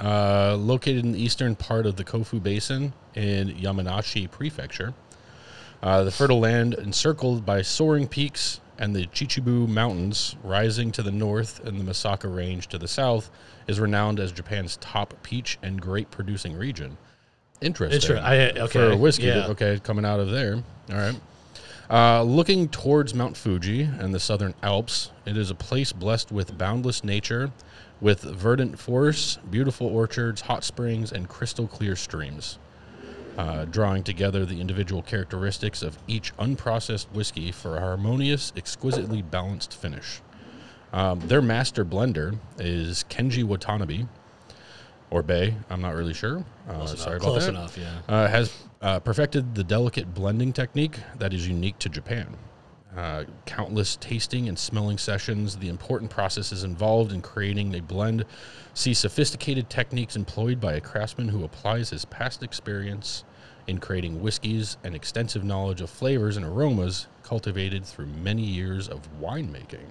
B: Uh, located in the eastern part of the Kofu Basin in Yamanashi Prefecture. Uh, the fertile land encircled by soaring peaks and the Chichibu Mountains rising to the north and the Masaka Range to the south is renowned as Japan's top peach and grape producing region. Interesting.
A: Inter- I- okay,
B: For a whiskey.
A: yeah.
B: Okay, coming out of there. All right. Uh, looking towards Mount Fuji and the southern Alps, it is a place blessed with boundless nature, with verdant forests, beautiful orchards, hot springs, and crystal clear streams. Uh, drawing together the individual characteristics of each unprocessed whiskey for a harmonious, exquisitely balanced finish. Um, their master blender is Kenji Watanabe, or Bay, I'm not really sure. Uh,
A: Close
B: sorry
A: enough.
B: about
A: Close
B: that
A: enough. Yeah.
B: uh, has uh, perfected the delicate blending technique that is unique to Japan. Uh, countless tasting and smelling sessions, the important processes involved in creating a blend see sophisticated techniques employed by a craftsman who applies his past experience in creating whiskeys and extensive knowledge of flavors and aromas cultivated through many years of winemaking.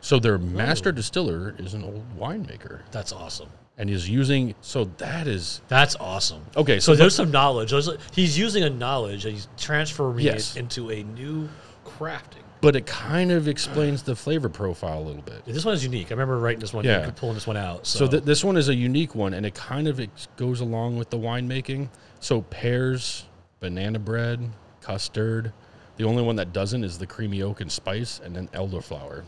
B: So, their master distiller is an old winemaker
A: That's awesome.
B: and is using, so that is
A: That's awesome.
B: Okay,
A: so,
B: so
A: there's some knowledge. There's, he's using a knowledge and he's transferring
B: Yes.
A: it into a new crafting.
B: but it kind of explains the flavor profile a little bit.
A: This one is unique. I remember writing this one,
B: Yeah.
A: yeah. pulling this one out. So,
B: So th- this one is a unique one, and it kind of ex- goes along with the winemaking. So pears, banana bread, custard. The only one that doesn't is the creamy oak and spice, and then elderflower.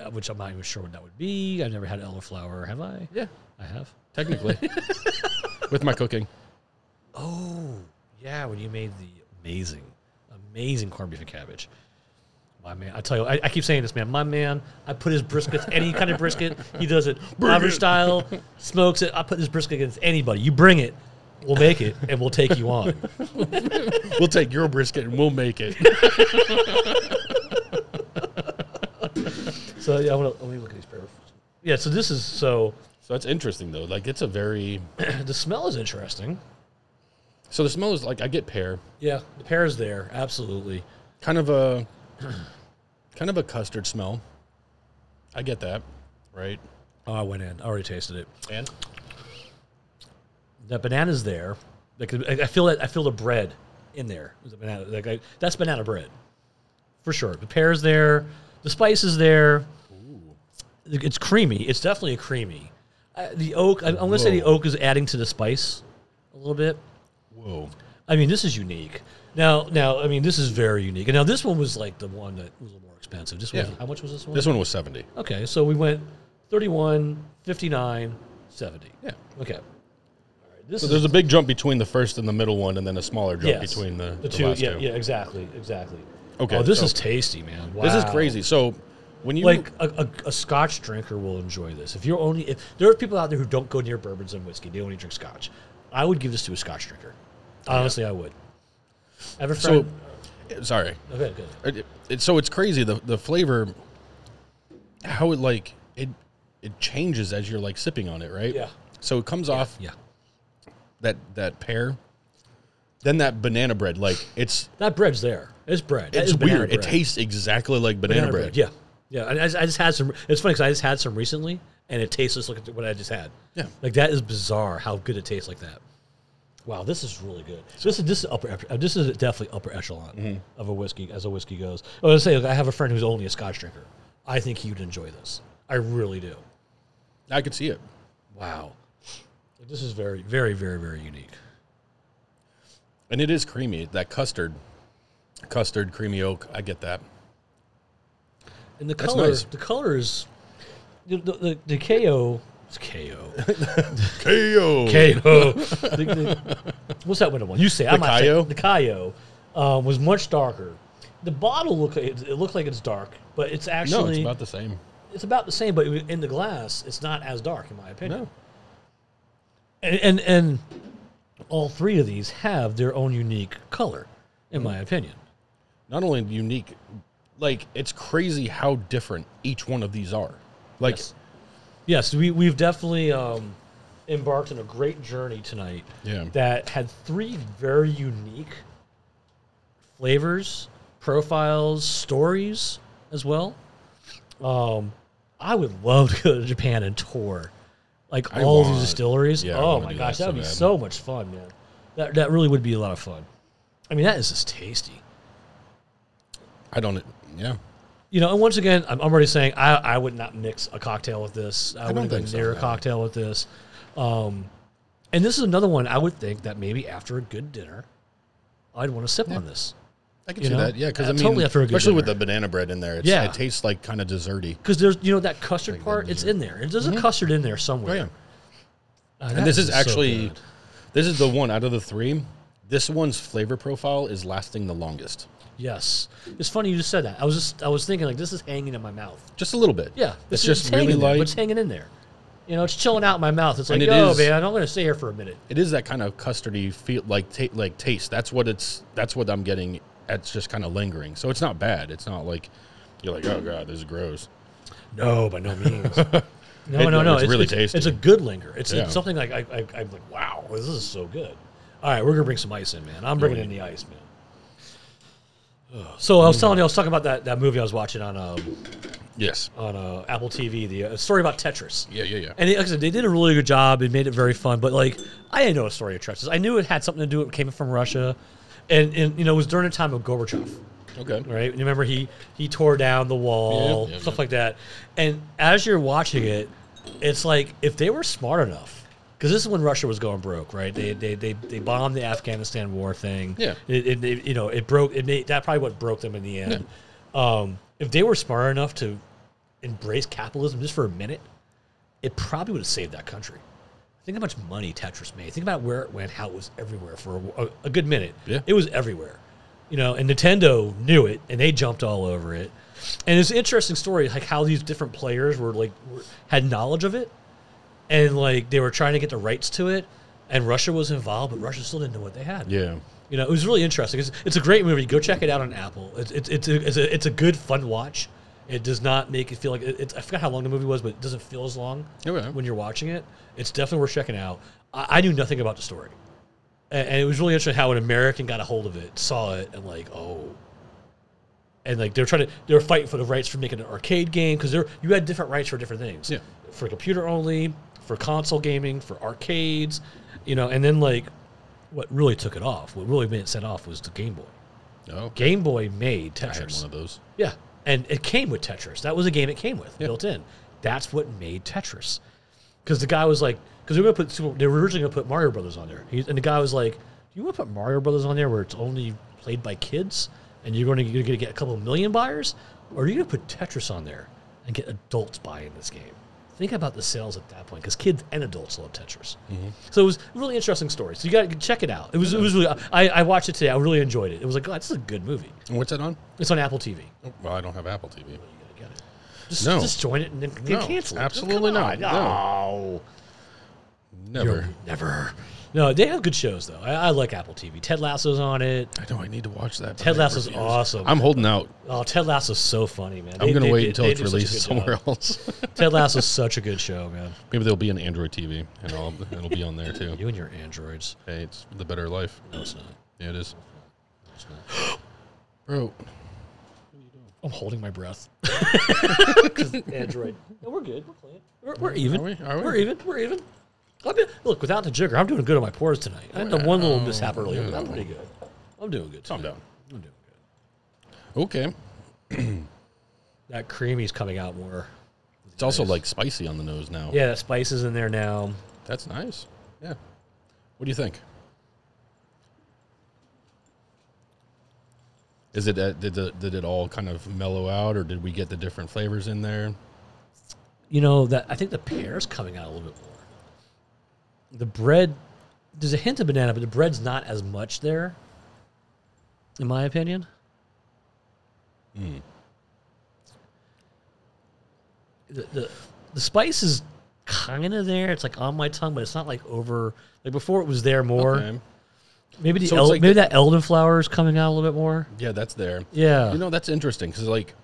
A: uh, which I'm not even sure what that would be. I've never had elderflower, have I?
B: Yeah,
A: I have.
B: technically, with my cooking.
A: Oh, yeah. When you made the amazing, amazing corned beef and cabbage. My man, I tell you, I, I keep saying this, man. My man, I put his briskets, any kind of brisket, he does it Robert style, smokes it. I put his brisket against anybody. You bring it, we'll make it, and we'll take you on.
B: We'll take your brisket and we'll make it.
A: So yeah, I want to let me look at these pairs. Yeah, so this is so
B: So that's interesting though. Like it's a very.
A: the smell is interesting.
B: So the smell is like I get pear,
A: Yeah, the pear is there, absolutely.
B: kind of a, kind of a custard smell. I get that, right?
A: Oh, I went in. I already tasted it.
B: And
A: The banana's there. Like I I feel that I feel the bread in there. The banana, like I, that's banana bread, for sure. The pear's there. The spice is there. It's creamy. It's definitely a creamy. Uh, the oak. I, I'm going to say the
B: Whoa.
A: oak is adding to the spice a little bit.
B: whoa.
A: I mean, this is unique. Now, now, I mean, this is very unique. And now, this one was like the one that was a little more expensive. This one,
B: Yeah.
A: how much was this one?
B: This one was 70.
A: Okay, so we went 31, 59, 70.
B: Yeah.
A: Okay. All right, this
B: So
A: is
B: there's a big jump between the first and the middle one, and then a smaller
A: yes,
B: jump between the, the
A: two.
B: last
A: yeah,
B: two.
A: yeah, exactly, exactly.
B: Okay,
A: Oh, this
B: so-
A: is tasty, man. Wow.
B: This is crazy. So when you
A: Like a, a, a Scotch drinker will enjoy this. If you're only, if there are people out there who don't go near bourbons and whiskey, they only drink Scotch. I would give this to a Scotch drinker. Honestly, I would. I have a
B: so
A: friend.
B: sorry,
A: okay, good.
B: It- it- so it's crazy the the flavor, how it like it it changes as you're like sipping on it, right?
A: Yeah.
B: So it comes off
A: Yeah.
B: that that pear, then that banana bread. Like it's
A: That bread's there. It's bread. That
B: it's
A: is banana
B: weird. It
A: bread.
B: tastes exactly like banana,
A: Banana
B: bread.
A: Yeah. Yeah. And I, just- I just had some. It's funny because I just had some recently and it tastes just like what I just had.
B: Yeah.
A: Like that is bizarre how good it tastes like that. Wow, this is really good. This is this is upper. ep- This is definitely upper echelon
B: Mm-hmm.
A: of a whiskey as a whiskey goes. I was gonna say like, I have a friend who's only a Scotch drinker. I think he would enjoy this. I really do.
B: I could see it.
A: Wow, Like, this is very, very, very, very unique.
B: And it is creamy. That custard, custard, creamy oak. I get that.
A: And the
B: That's
A: color,
B: nice.
A: the color is the the, the, the KO. It's KO.
B: KO.
A: KO. The- the- what's that window one? You say I'm
B: The
A: not saying-
B: Kayo?
A: The Kayo uh, was much darker. The bottle look it, it looked like it's dark, but it's
B: no,
A: actually
B: it's about the same.
A: the same. But in the glass, it's not as dark, in my opinion.
B: No.
A: And, and and all three of these have their own unique color, in
B: Mm.
A: my opinion.
B: Not only unique, like it's crazy how different each one of these are. Like
A: Yes. Yes, we, we've definitely um, embarked on a great journey tonight
B: Yeah.
A: that had three very unique flavors, profiles, stories as well. Um, I would love to go to Japan and tour like
B: I
A: all
B: want-
A: these distilleries.
B: yeah, I
A: oh
B: wanna
A: my
B: do
A: gosh,
B: that
A: that
B: so
A: would be
B: bad.
A: so much fun, man. That, that really would be a lot of fun. I mean, that is just tasty.
B: I don't. Yeah.
A: You know, and once again, I'm I'm already saying I, I would not mix a cocktail with this. I,
B: don't
A: wouldn't go
B: think so,
A: near a
B: no.
A: cocktail with this. Um, and this is another one I would think that maybe after a good dinner, I'd want to sip on this
B: I can
A: You
B: see
A: know?
B: that. Yeah, because
A: Uh,
B: I mean,
A: totally after a good
B: especially with the
A: dinner.
B: banana bread in there, it's,
A: Yeah.
B: it tastes like kind of desserty.
A: because there's you know that custard
B: that
A: part. It's
B: dessert.
A: in there. And There's a custard in there somewhere.
B: Oh, yeah.
A: Uh, that
B: And this is
A: so
B: actually,
A: good.
B: this is the one out of the three. This one's flavor profile is lasting the longest,
A: yes. It's funny you just said that. I was just I was thinking like this is hanging in my mouth.
B: just a little bit.
A: Yeah,
B: it's
A: this is
B: just
A: hanging
B: really
A: there, but
B: light.
A: It's hanging in there. You know, it's chilling out in my mouth. It's like,
B: And it
A: yo,
B: is-
A: man, I'm gonna stay here for a minute.
B: it is that kind of custardy feel, like ta- like taste. That's what it's. That's what I'm getting. It's just kind of lingering. So it's not bad. It's not like you're like, oh god, this is gross.
A: No, by no means. No,
B: It-
A: no, no.
B: it's really
A: it's,
B: tasty.
A: It's a good linger. It's,
B: Yeah.
A: it's something like I, I, I'm like, wow, this is so good. All right, we're gonna bring some ice in, man. I'm bringing in the ice, man. Ugh. So I was telling you, I was talking about that, that movie I was watching on um,
B: Yes.
A: on uh, Apple TV, the uh, story about Tetris.
B: Yeah, yeah, yeah.
A: And they, like I said, they did a really good job and made it very fun. But like, I didn't know a story of Tetris. I knew it had something to do. It came from Russia, and and you know it was during the time of Gorbachev
B: okay.
A: right? You remember he he tore down the wall,
B: Yep, yep,
A: stuff
B: yep.
A: like that. And as you're watching it, it's like if they were smart enough, because this is when Russia was going broke, right? They they they, they bombed the Afghanistan war thing.
B: Yeah.
A: it, it, it- you know it broke. It made, that probably what broke them in the end. Um, if they were smart enough to embrace capitalism just for a minute, it probably would have saved that country. Think how much money Tetris made. Think about where it went, how it was everywhere for a, a, a good minute.
B: Yeah.
A: It was everywhere. You know, and Nintendo knew it and they jumped all over it. And it's an interesting story, like how these different players were like, were, had knowledge of it and like they were trying to get the rights to it. And Russia was involved, but Russia still didn't know what they had.
B: Yeah.
A: You know, it was really interesting. It's, it's a great movie. Go check it out on Apple. It's it's it's a, it's a it's a good fun watch. It does not make it feel like it, it's. I forgot how long the movie was, but it doesn't feel as long
B: Okay.
A: when you're watching it. It's definitely worth checking out. I, I knew nothing about the story, A- and, it was really interesting how an American got a hold of it, saw it, and like oh, and like they were trying to they were fighting for the rights for making an arcade game because there you had different rights for different things.
B: Yeah.
A: for computer only, for console gaming, for arcades, you know, and then like what really took it off, what really made it set off was the Game Boy.
B: Oh, okay.
A: Game Boy made
B: I had
A: Tetris.
B: one of those.
A: Yeah, and it came with Tetris. That was a game it came with built in. That's what made Tetris. Because the guy was like, because they were gonna put Super, they were originally gonna put Mario Brothers on there, he, and the guy was like, "Do you want to put Mario Brothers on there where it's only played by kids, and you're going to you're gonna get a couple million buyers, or are you gonna put Tetris on there and get adults buying this game?" Think about the sales at that point, because kids and adults love Tetris. So it was a really interesting story. So you got to check it out. It was it was really, I, I watched it today. I really enjoyed it. It was like, God, this is a good movie.
B: And what's that on?
A: It's on Apple TV.
B: Oh, well, I don't have Apple TV.
A: You gotta get it. Just,
B: No.
A: just join it and then then
B: No,
A: cancel it.
B: absolutely
A: Come on.
B: not. No.
A: No.
B: Never.
A: Never. No, they have good shows though. I, I like Apple TV. Ted Lasso's on it.
B: I know I need to watch that. but
A: Ted
B: I
A: Lasso's
B: refuse.
A: awesome.
B: I'm holding out.
A: Oh, Ted Lasso's so funny, man.
B: I'm
A: They-
B: gonna
A: they
B: wait
A: did-
B: until
A: they
B: it's
A: do such a
B: released
A: good job.
B: somewhere else.
A: Ted Lasso's such a good show, man.
B: Maybe there'll be an Android TV, and I'll, it'll be on there too.
A: You and your androids.
B: Hey, it's the better life.
A: No, it's not.
B: Yeah, it is,
A: It's not.
B: bro.
A: I'm holding my breath. 'Cause Android. No, we're good. We're playing. We're, we're even.
B: Are we? Are we?
A: are even. We're even. I've been, look, without the jigger, I'm doing good on my pours tonight. I had the one little mishap earlier, but I'm pretty good. I'm doing good.
B: Calm
A: tonight.
B: down.
A: I'm doing good.
B: Okay.
A: That creamy's coming out more.
B: It's also like spicy on the nose now.
A: Yeah, that spice is in there now.
B: That's nice. Yeah. What do you think? Is it uh, did the, did it all kind of mellow out, or did we get the different flavors in there?
A: You know that I think the pear's coming out a little bit more. The bread, there's a hint of banana, but the bread's not as much there. In my opinion.
B: Hmm.
A: the, the the spice is kind of there. It's like on my tongue, but it's not like over. Like before, it was there more.
B: Okay.
A: Maybe the
B: So it's
A: el-
B: like
A: maybe
B: the-
A: that elderflower is coming out a little bit more.
B: Yeah, that's there.
A: Yeah,
B: You know, that's interesting because like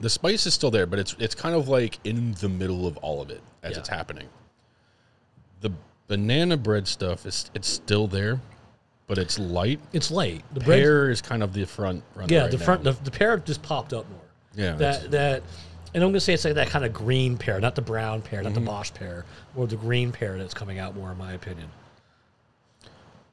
B: the spice is still there, but it's it's kind of like in the middle of all of it as
A: Yeah.
B: it's happening. The banana bread stuff is it's still there, but it's light.
A: it's late. The bread,
B: Pear is kind of the front. runner
A: yeah,
B: right
A: the front
B: now.
A: the, the pear just popped up more.
B: Yeah, that's-
A: that that, and I'm gonna say it's like that kind of green pear, not the brown pear,
B: Mm-hmm.
A: not the Bosch pear, or the green pear that's coming out more, in my opinion.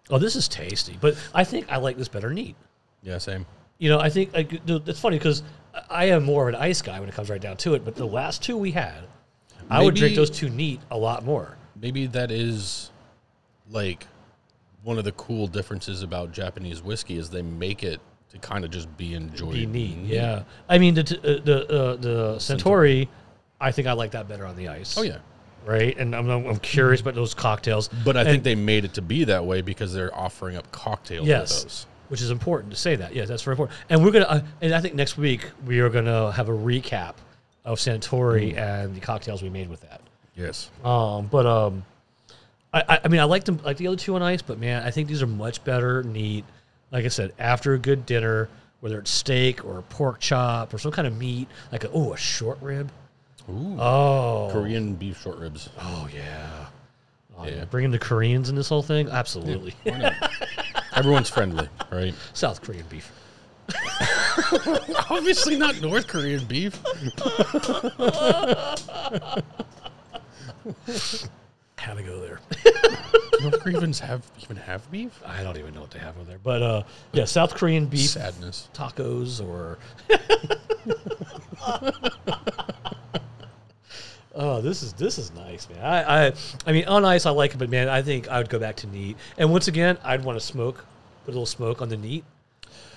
A: Oh, this is tasty, but I think I like this better neat.
B: yeah, same.
A: You know, I think like the- it's funny because I am more of an ice guy when it comes right down to it. But the last two we had, I would drink
B: Maybe-
A: those two neat a lot more.
B: Maybe that is like one of the cool differences about Japanese whiskey is they make it to kind of just be enjoyed.
A: Be neat, yeah. I mean, the t- uh, the uh, the Centauri, I think I like that better on the ice.
B: Oh yeah.
A: right. And I'm I'm curious about those cocktails.
B: But I
A: And-
B: think they made it to be that way because they're offering up cocktails with
A: yes,
B: those.
A: which is important to say that. Yeah, that's very important. And we're gonna, uh, and I think next week we are gonna have a recap of Centauri
B: Mm.
A: and the cocktails we made with that.
B: Yes.
A: Um, but um, I, I, I mean, I like them like the other two on ice, but man, I think these are much better neat. Like I said, after a good dinner, whether it's steak or a pork chop or some kind of meat, like a, oh, a short rib.
B: Ooh.
A: Oh,
B: Korean beef short ribs.
A: oh yeah. Oh,
B: Yeah.
A: yeah. Bringing the Koreans in this whole thing, absolutely.
B: Why not? Everyone's friendly, right?
A: South Korean beef.
B: Obviously not North Korean beef.
A: Had to go there.
B: North Koreans have even have beef?
A: I don't even know what they have over there, but uh, yeah, South Korean beef
B: Sadness.
A: tacos or. oh, this is this is nice, man. I, I I mean, on ice I like it, but man, I think I would go back to neat. And once again, I'd want to smoke, put a little smoke on the neat,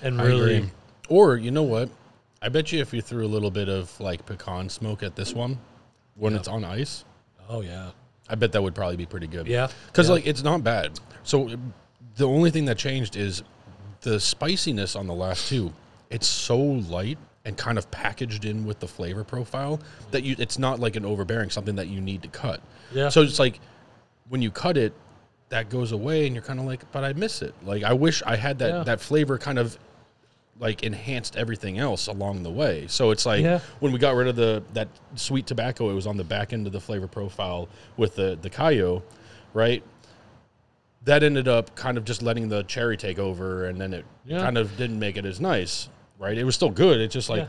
A: and
B: I
A: really,
B: agree. Or you know what? I bet you if you threw a little bit of like pecan smoke at this one when it's on ice,
A: oh yeah,
B: I bet that would probably be pretty good.
A: Yeah,
B: Because
A: yeah.
B: like it's not bad. So the only thing that changed is the spiciness on the last two. It's so light and kind of packaged in with the flavor profile that you it's not like an overbearing something that you need to cut.
A: Yeah.
B: So it's like when you cut it, that goes away and you're kind of like, but I miss it. Like I wish I had that
A: Yeah.
B: that flavor kind of like enhanced everything else along the way. So it's like
A: Yeah.
B: when we got rid of the that sweet tobacco, it was on the back end of the flavor profile with the the Cayo, right? That ended up kind of just letting the cherry take over, and then it
A: Yeah.
B: kind of didn't make it as nice, right? It was still good. It's just like
A: yeah.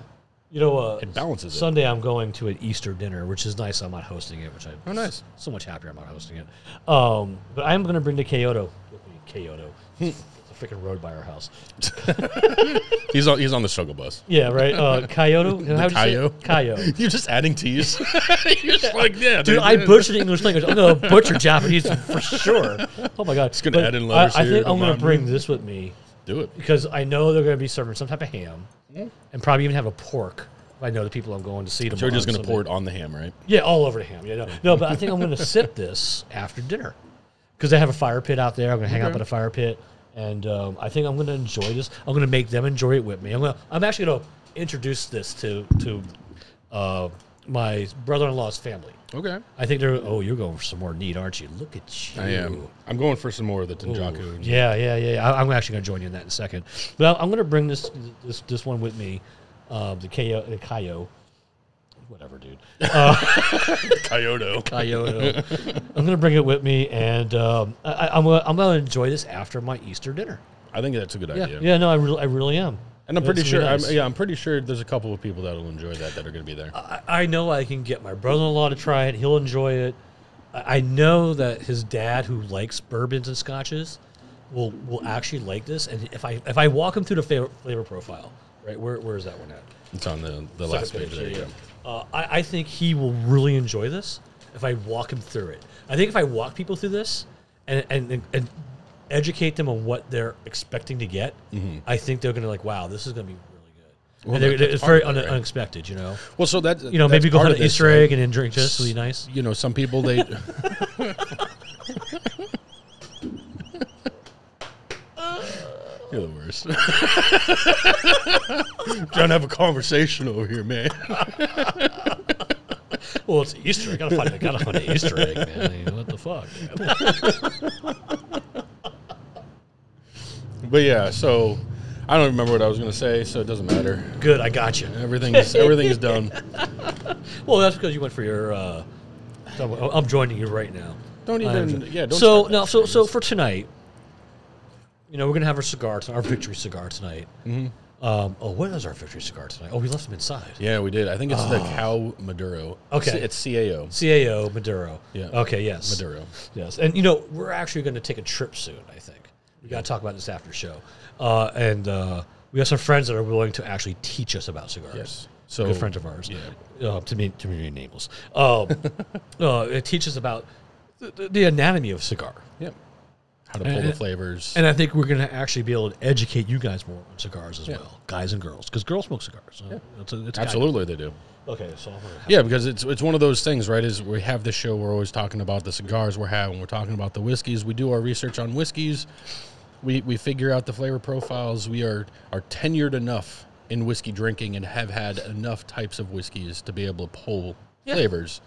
A: You know, uh,
B: it balances it.
A: Sunday I'm going to an Easter dinner, which is nice. I'm not hosting it, which I
B: Oh, nice.
A: So much happier I'm not hosting it. Um, but I'm going to bring the Kyoto with me. Kyoto, it's a freaking road by our house.
B: He's on he's on the struggle bus.
A: Yeah, right. Uh, Kyoto. How would you say
B: Cayo.
A: it? Cayo.
B: You're just adding teas. You're just like yeah,
A: Dude, I butchered English language. I'm gonna butcher Japanese for sure. Oh my god, it's
B: gonna add in letters
A: I, I
B: here,
A: think
B: don't
A: I'm gonna
B: mind
A: bring this with me
B: Do it.
A: because I know they're gonna be serving some type of ham,
B: Mm.
A: and probably even have a pork. I know the people I'm going to see tomorrow.
B: You're just
A: on
B: gonna
A: Sunday.
B: pour it on the ham, right?
A: Yeah, all over the ham. Yeah, no, no but I think I'm going to sip this after dinner because they have a fire pit out there. I'm going to hang out
B: Okay.
A: by the fire pit, and um, I think I'm going to enjoy this. I'm going to make them enjoy it with me. I'm, gonna, I'm actually going to introduce this to to uh, my brother-in-law's family.
B: Okay.
A: I think they're. Oh, you're going for some more need, aren't you? Look at you.
B: I am. I'm going for some more of the Tenjaku.
A: Yeah, yeah, yeah. yeah. I, I'm actually going to join you in that in a second. But I, I'm going to bring this this this one with me, uh, the Kayo, the Kayo, whatever, dude.
B: Kyoto.
A: Kayoto. I'm going to bring it with me, and um, I, I- I'm gonna, I'm going to enjoy this after my Easter dinner.
B: I think that's a good
A: Yeah,
B: idea.
A: yeah. no, I really, I really am.
B: And I'm
A: That's
B: pretty sure.
A: gonna be
B: I'm,
A: nice.
B: yeah, I'm pretty sure there's a couple of people that'll enjoy that that are going to be there.
A: I, I know I can get my brother-in-law to try it. He'll enjoy it. I, I know that his dad, who likes bourbons and scotches, will will actually like this. And if I if I walk him through the flavor, flavor profile, right? Where where is that one at?
B: It's on the, the last
A: Second
B: page. There you
A: yeah.
B: go.
A: Uh, I, I think he will really enjoy this if I walk him through it. I think if I walk people through this and and, and educate them on what they're expecting to get, I think they're going to like, wow, this is going to be really good.
B: Well,
A: and they-
B: that-
A: they-
B: that's
A: it's very
B: part of
A: un-
B: it, right?
A: unexpected, you know.
B: Well, so that
A: You know, maybe go
B: on
A: have an Easter egg and then drink this. Would be nice.
B: You know, some people they. You're the worst. Trying to have a conversation over here, man.
A: Well, it's Easter. I gotta find. I gotta find an Easter egg, man. I mean, what the fuck? man?
B: But yeah, so I don't remember what I was gonna say, so it doesn't matter.
A: Good, I got you.
B: Everything's everything's done.
A: Well, that's because you went for your. Uh, so I'm- I'm joining you right now.
B: Don't
A: I am
B: even-
A: jo-
B: yeah, don't
A: so
B: start that
A: now, so so for tonight, you know, we're gonna have our cigar, tonight, our victory cigar tonight. Mm-hmm. Um, oh, what is our victory cigar tonight? Oh, we left them inside.
B: Yeah, we did. I think it's the cow Maduro.
A: Oh. Okay.
B: it's CAO
A: CAO Maduro.
B: Yeah.
A: Okay. Yes.
B: Maduro.
A: Yes, and you know we're actually going to take a trip soon. I think we got to talk about this after the show, uh, and uh, we have some friends that are willing to actually teach us about cigars.
B: Yes.
A: a
B: So
A: good friend of ours.
B: yeah.
A: Uh, to me, to me, Naples. Um, uh, it teaches about the- the, the anatomy of cigar,
B: Yeah. How to pull the flavors.
A: and I think we're going to actually be able to educate you guys more on cigars as well, guys and girls, because girls smoke cigars. yeah. it's a, it's a guy-
B: Absolutely, they do.
A: okay, so I'm gonna have,
B: Yeah, because it's it's one of those things, right? Is we have this show, we're always talking about the cigars we're having, we're talking about the whiskeys. We do our research on whiskeys. We we figure out the flavor profiles. We are are tenured enough in whiskey drinking and have had enough types of whiskeys to be able to pull
A: Yeah.
B: flavors.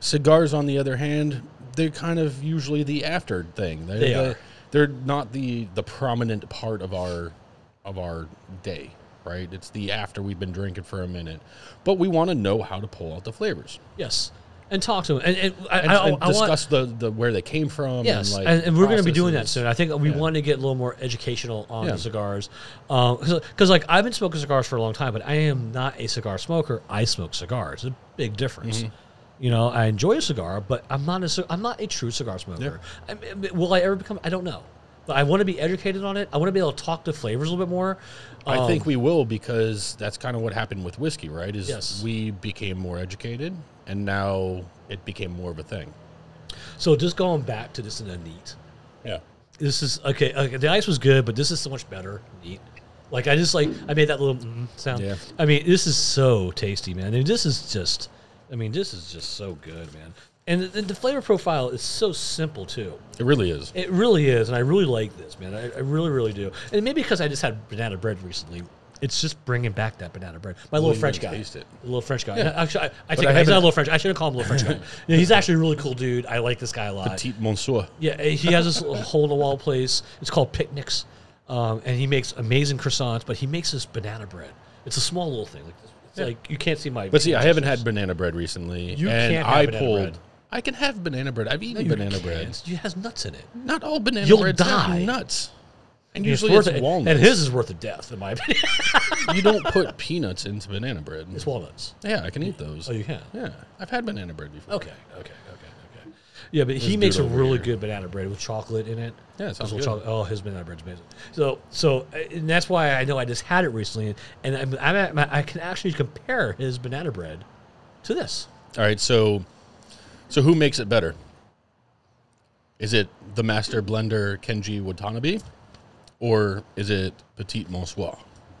B: Cigars, on the other hand, they're kind of usually the after thing. They're,
A: They
B: they're,
A: are.
B: they're not the the prominent part of our of our day, right? It's the after we've been drinking for a minute, but we want to know how to pull out the flavors
A: yes, and talk to them, and, and, I,
B: and,
A: I, I
B: and
A: want
B: discuss the, the where they came from.
A: Yes,
B: and,
A: and,
B: like,
A: and we're going to be doing that
B: processes.
A: soon. I think we
B: Yeah.
A: want to get a little more educational on
B: Yeah.
A: the cigars, because like I've been smoking cigars for a long time, but I am not a cigar smoker. I smoke cigars. It's a big
B: Mm-hmm.
A: difference. You know, I enjoy a cigar, but I'm not a ci- I'm not a true cigar smoker. I mean, will I ever become? I don't know, but I want to be educated on it. I want to be able to talk to flavors a little bit more.
B: I
A: Um,
B: think we will because that's kind of what happened with whiskey, right? Is
A: Yes.
B: we became more educated, and now it became more of a thing.
A: so. Just going back to this in a neat.
B: Yeah.
A: This is okay, okay. The ice was good, but this is so much better. Neat. Like I just like I made that little mm sound.
B: Yeah.
A: I mean, this is so tasty, man. I mean, this is just. I mean, this is just so good, man. And the, the flavor profile is so simple too.
B: It really is.
A: It really is, and I really like this, man. I, I really, really do. And maybe because I just had banana bread recently, it's just bringing back that banana bread. My little
B: you
A: French
B: can
A: guy,
B: taste it.
A: The little French guy. Actually, I, I
B: I
A: take, he's
B: haven't-
A: not a little French. I shouldn't call him a little French guy. Yeah, he's actually a really cool dude. I like this guy a lot.
B: Petit Monsieur.
A: Yeah, eh, he has this little hole in the wall place. It's called Picnics, um, and he makes amazing croissants. But he makes this banana bread. It's a small little thing. Like it's like you can't see my.
B: But see, I haven't had banana bread recently,
A: You
B: and
A: can't have
B: I
A: banana
B: pulled.
A: bread.
B: I can have banana bread. I've eaten
A: You
B: banana
A: can't.
B: bread.
A: It has nuts in it.
B: Not all banana
A: You'll
B: breads have
A: die.
B: nuts. And usually
A: worth
B: it's,
A: it-
B: walnuts.
A: and his is worth a death in my opinion.
B: you don't put peanuts into banana bread.
A: it's walnuts.
B: Yeah, I can eat those.
A: Oh, you Oh, can.
B: Yeah, I've had banana bread before.
A: Okay, okay, okay, okay. Yeah, but he makes a
B: dude over
A: really
B: here.
A: good banana bread with chocolate in it.
B: Yeah, it sounds
A: With
B: good.
A: chocolate- oh, his banana bread's amazing. So, so, uh, and that's why I know I just had it recently, and I'm, I'm at my, I can actually compare his banana bread to this.
B: All right, so so who makes it better? Is it the master blender Kenji Watanabe, or is it Petit Monsieur?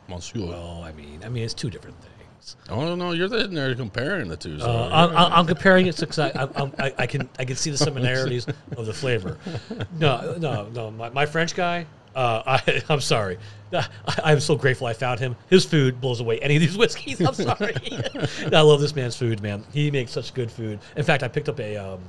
B: Monsieur.
A: Oh, I mean, I mean, it's two different things.
B: oh no, you're sitting there comparing the two. So
A: Uh, I'm, I'm- I'm comparing it because I, I'm, I'm, I, I can I can see the similarities of the flavor. No, no, no. My, my French guy, Uh, I, I'm sorry. I, I'm so grateful I found him. His food blows away any of these whiskeys. I'm sorry. I love this man's food, man. He makes such good food. In fact, I picked up a, um,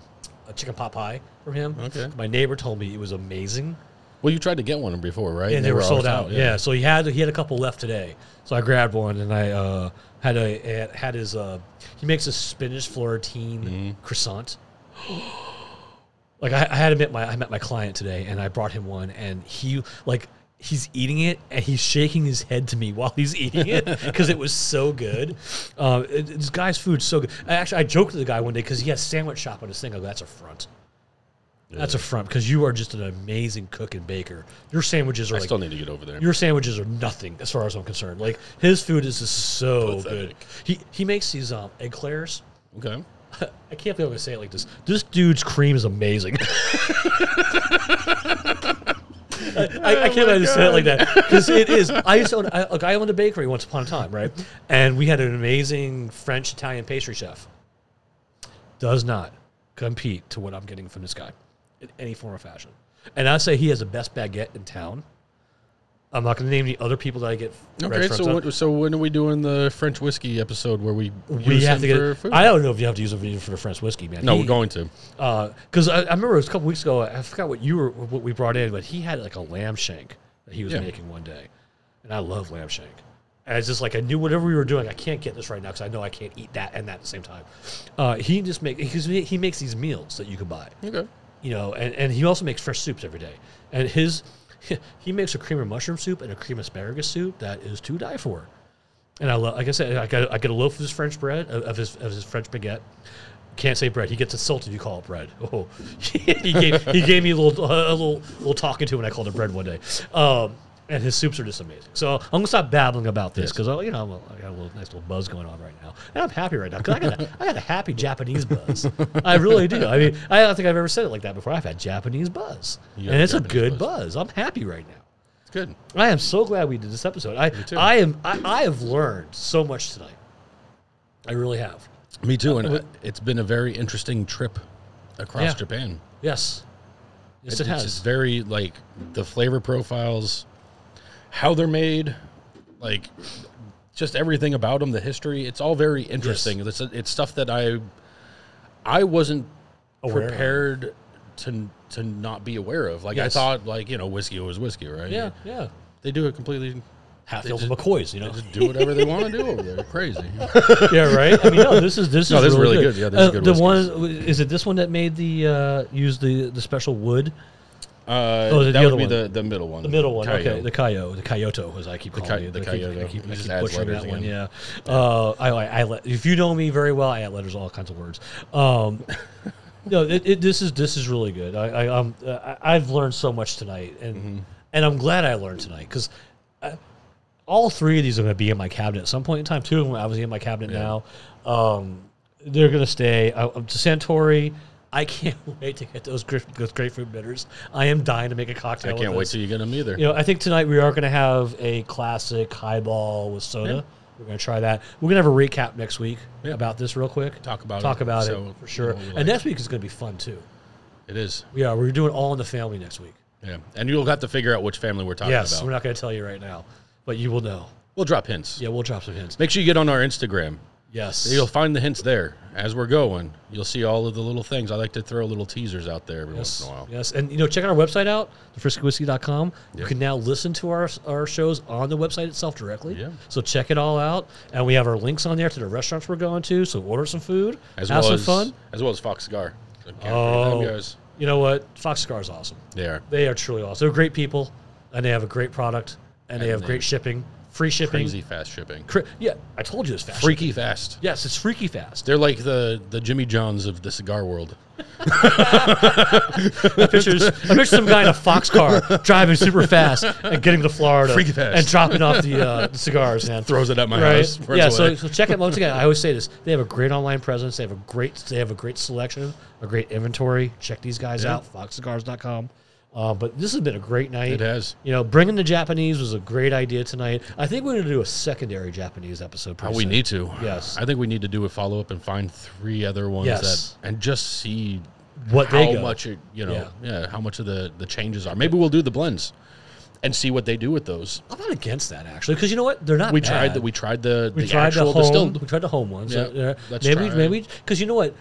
A: a chicken pot pie from him.
B: Okay.
A: My neighbor told me it was amazing,
B: Well, you tried to get one before, right?
A: and they, were, sold
B: always
A: out. Yeah. So he had he had a couple left today. So I grabbed one, and I uh, had a had his. Uh, he makes a spinach florentine croissant. like I, I had to met my I met my client today, and I brought him one, and he like he's eating it, and he's shaking his head to me while he's eating it because it was so good. Uh, it- this guy's food's so good. I actually, I joked to the guy one day because he had sandwich shop on his thing. I go, that's a front. That's a front because you are just an amazing cook and baker. Your sandwiches are
B: I
A: like
B: still need to get over there.
A: your sandwiches are nothing as far as I'm concerned. Like his food is just so good.
B: Pathetic.
A: He he makes these um, eclairs.
B: Okay.
A: I can't believe I'm gonna say it like this. This dude's cream is amazing.
B: Oh
A: I, I can't believe I said it like that because it is. I used to own, I, like, I owned a bakery once upon a time, right? And we had an amazing French Italian pastry chef. Does not compete to what I'm getting from this guy in any form or fashion. And I say he has the best baguette in town. I'm not going to name the other people that I get.
B: Okay.
A: restaurants
B: So,
A: on.
B: what, so when are we doing the French whiskey episode where we
A: we
B: use
A: have
B: him
A: to get.
B: for food?
A: I don't know if you have to use a video for the French whiskey, man.
B: no,
A: He-
B: we're going to.
A: because Uh, I, I remember it was a couple weeks ago. I forgot what you were, what we brought in, but he had like a lamb shank that he was
B: Yeah.
A: making one day, and I love lamb shank. And it's just like I knew whatever we were doing, I can't get this right now because I know I can't eat that and that at the same time. Uh, he just make because he he makes these meals that you can buy,
B: Okay.
A: you know, and, and he also makes fresh soups every day. And his he makes a cream of mushroom soup and a cream asparagus soup that is to die for. And I love, like I said, I get, I get a loaf of his French bread, of of his, of his French baguette. Can't say bread. He gets insulted. You call it bread. Oh, he gave he gave me a little a little little talking to when I called it bread one day. Um, and his soups are just amazing. So I'm gonna stop babbling about this because you know I'm a, I got a little nice little buzz going on right now, and I'm happy right now because I got a, I got a happy Japanese buzz. I really do. I mean, I don't think I've ever said it like that before. I've had Japanese buzz,
B: You got
A: and it's
B: Japanese
A: a good buzz.
B: buzz.
A: I'm happy right now.
B: It's good.
A: I am so glad we did this episode. I
B: too.
A: I am I, I have learned so much tonight. I really have.
B: Me too. And it- it's been a very interesting trip across
A: Uh, Yeah.
B: Japan.
A: Yes. Yes, it,
B: It's-
A: has.
B: It's very like the flavor profiles, how they're made, like just everything about them, the history. It's all very interesting. It's it's stuff that I I wasn't
A: Aware of.
B: prepared to to not be aware of. Like
A: Yes.
B: I thought, like you know, whiskey was whiskey, right?
A: yeah, yeah.
B: they do it completely.
A: Hatfield and McCoys, you know.
B: Just do whatever they want to do over there. Crazy. Uh,
A: yeah, right. I mean, no, this is this
B: No,
A: is
B: this is
A: really
B: really
A: good.
B: good. Yeah, this is
A: Uh,
B: good
A: the
B: whiskeys.
A: one is it this one that made the uh use the the special wood,
B: Uh,
A: Oh, the
B: that
A: other
B: would be
A: one.
B: the, the middle one.
A: the middle one.
B: Cayo.
A: Okay, the Cayo, the Coyote, as I keep calling
B: Coy-
A: it.
B: the
A: I keep- I
B: Coyote.
A: keep, I
B: It just
A: keep
B: adds
A: butchering
B: letters
A: that one. Yeah.
B: again.
A: Uh, I, I, I let, if you know me very well, I add letters, all kinds of words. Um, no, it, it, this is this is really good. I, I um I, I've learned so much tonight, and
B: Mm-hmm.
A: and I'm glad I learned tonight because all three of these are going to be in my cabinet at some point in time. Two of them obviously in my cabinet now. Um, they're going to stay. I, I'm to Santori. I can't wait to get those, grape- those grapefruit bitters. I am dying to make a
B: I
A: cocktail.
B: can't
A: with
B: wait
A: this.
B: till you get them either.
A: You know, I think tonight we are going to have a classic highball with soda. We're going to try that. We're going to have a recap next week
B: Yeah.
A: about this real quick.
B: Talk about
A: Talk
B: it.
A: about
B: So,
A: it for sure.
B: what we
A: And
B: like.
A: next week is going to be fun too.
B: It is.
A: Yeah, we're doing all in the family next week.
B: Yeah. And you'll have to figure out which family we're talking
A: yes,
B: about.
A: we're not going to tell you right now, but you will know.
B: We'll drop hints.
A: Yeah, we'll drop some hints.
B: Make sure you get on our Instagram.
A: Yes,
B: You'll find the hints there as we're going. You'll see all of the little things. I like to throw little teasers out there every
A: Yes.
B: once in a while.
A: Yes, and you know, check out our website out, thefriskywhiskey.com. You
B: Yeah.
A: can now listen to our our shows on the website itself directly.
B: Yeah.
A: So check it all out, and we have our links on there to the restaurants we're going to. So order some food,
B: As
A: have
B: well
A: some
B: as
A: fun.
B: As well as Fox Cigar. So can't forget
A: Oh,
B: them guys.
A: you know what? Fox Cigar is awesome.
B: They are.
A: They are truly awesome. They're great people, and they have a great product, and, they
B: And
A: have
B: they-
A: great shipping, free shipping.
B: Crazy fast shipping.
A: Cra- yeah, I told you it's fast.
B: Freaky fast.
A: Yes, it's freaky fast.
B: They're like the, the Jimmy Johns of the cigar world.
A: I picture, I picture some guy in a Fox car driving super fast and getting to Florida
B: Freaky fast.
A: and dropping off the uh, cigars, man.
B: Throws it at my
A: right?
B: house. runs
A: Yeah, so,
B: away.
A: so check it once again. I always say this: they have a great online presence. They have a great they have a great selection, a great inventory. Check these guys
B: Yeah.
A: out, foxcigars.com. Uh, but this has been a great night.
B: It has.
A: You know, bringing the Japanese was a great idea tonight. I think we're going to do a secondary Japanese episode.
B: Oh,
A: pretty
B: we
A: soon.
B: need to.
A: Yes.
B: I think we need to do a follow up and find three other ones
A: Yes.
B: that and just see
A: What
B: how
A: they go.
B: much it, you know,
A: Yeah.
B: yeah. how much of the the changes are. Maybe we'll do the blends. and see what they do with those.
A: I'm not against that actually, because you know what? They're not.
B: We
A: bad.
B: tried that. We tried the
A: We
B: the
A: tried the
B: actual
A: home. We
B: distilled.
A: tried the home ones.
B: Yeah,
A: Uh, yeah.
B: let's
A: maybe
B: try.
A: maybe because you know what,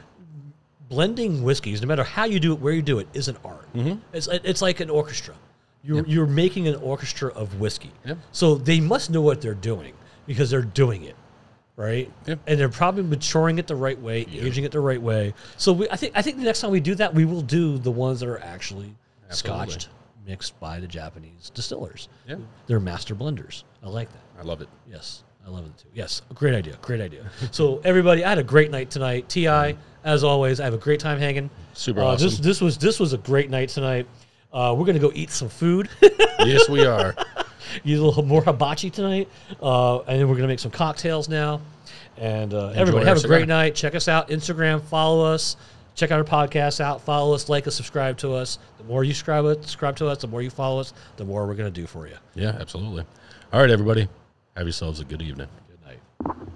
A: blending whiskeys, no matter how you do it, where you do it, is an art.
B: Mm-hmm.
A: It's it's like an orchestra. You're you're making an orchestra of whiskey.
B: Yeah.
A: So they must know what they're doing because they're doing it. Right,
B: Yeah.
A: and they're probably maturing it the right way, aging it the right way. So we, I think, I think the next time we do that, we will do the ones that are actually
B: Absolutely.
A: scotched, mixed by the Japanese distillers.
B: Yeah.
A: they're master blenders. I like that.
B: I love it.
A: Yes, I love it too. Yes, great idea, great idea. so everybody, I had a great night tonight. Ti, as always, I have a great time hanging.
B: Super
A: Uh, This
B: awesome.
A: this was this was a great night tonight. Uh, we're gonna go eat some food,
B: yes, we are.
A: eat a little more hibachi tonight, uh, and then we're gonna make some cocktails now. And uh, everybody,
B: our
A: have a
B: cigar.
A: great night. Check us out, Instagram, follow us. Check out our podcast out, follow us, like us, subscribe to us. The more you subscribe, subscribe to us, the more you follow us, the more we're gonna do for you.
B: Yeah, absolutely. All right, everybody. Have yourselves a good evening.
A: Good night.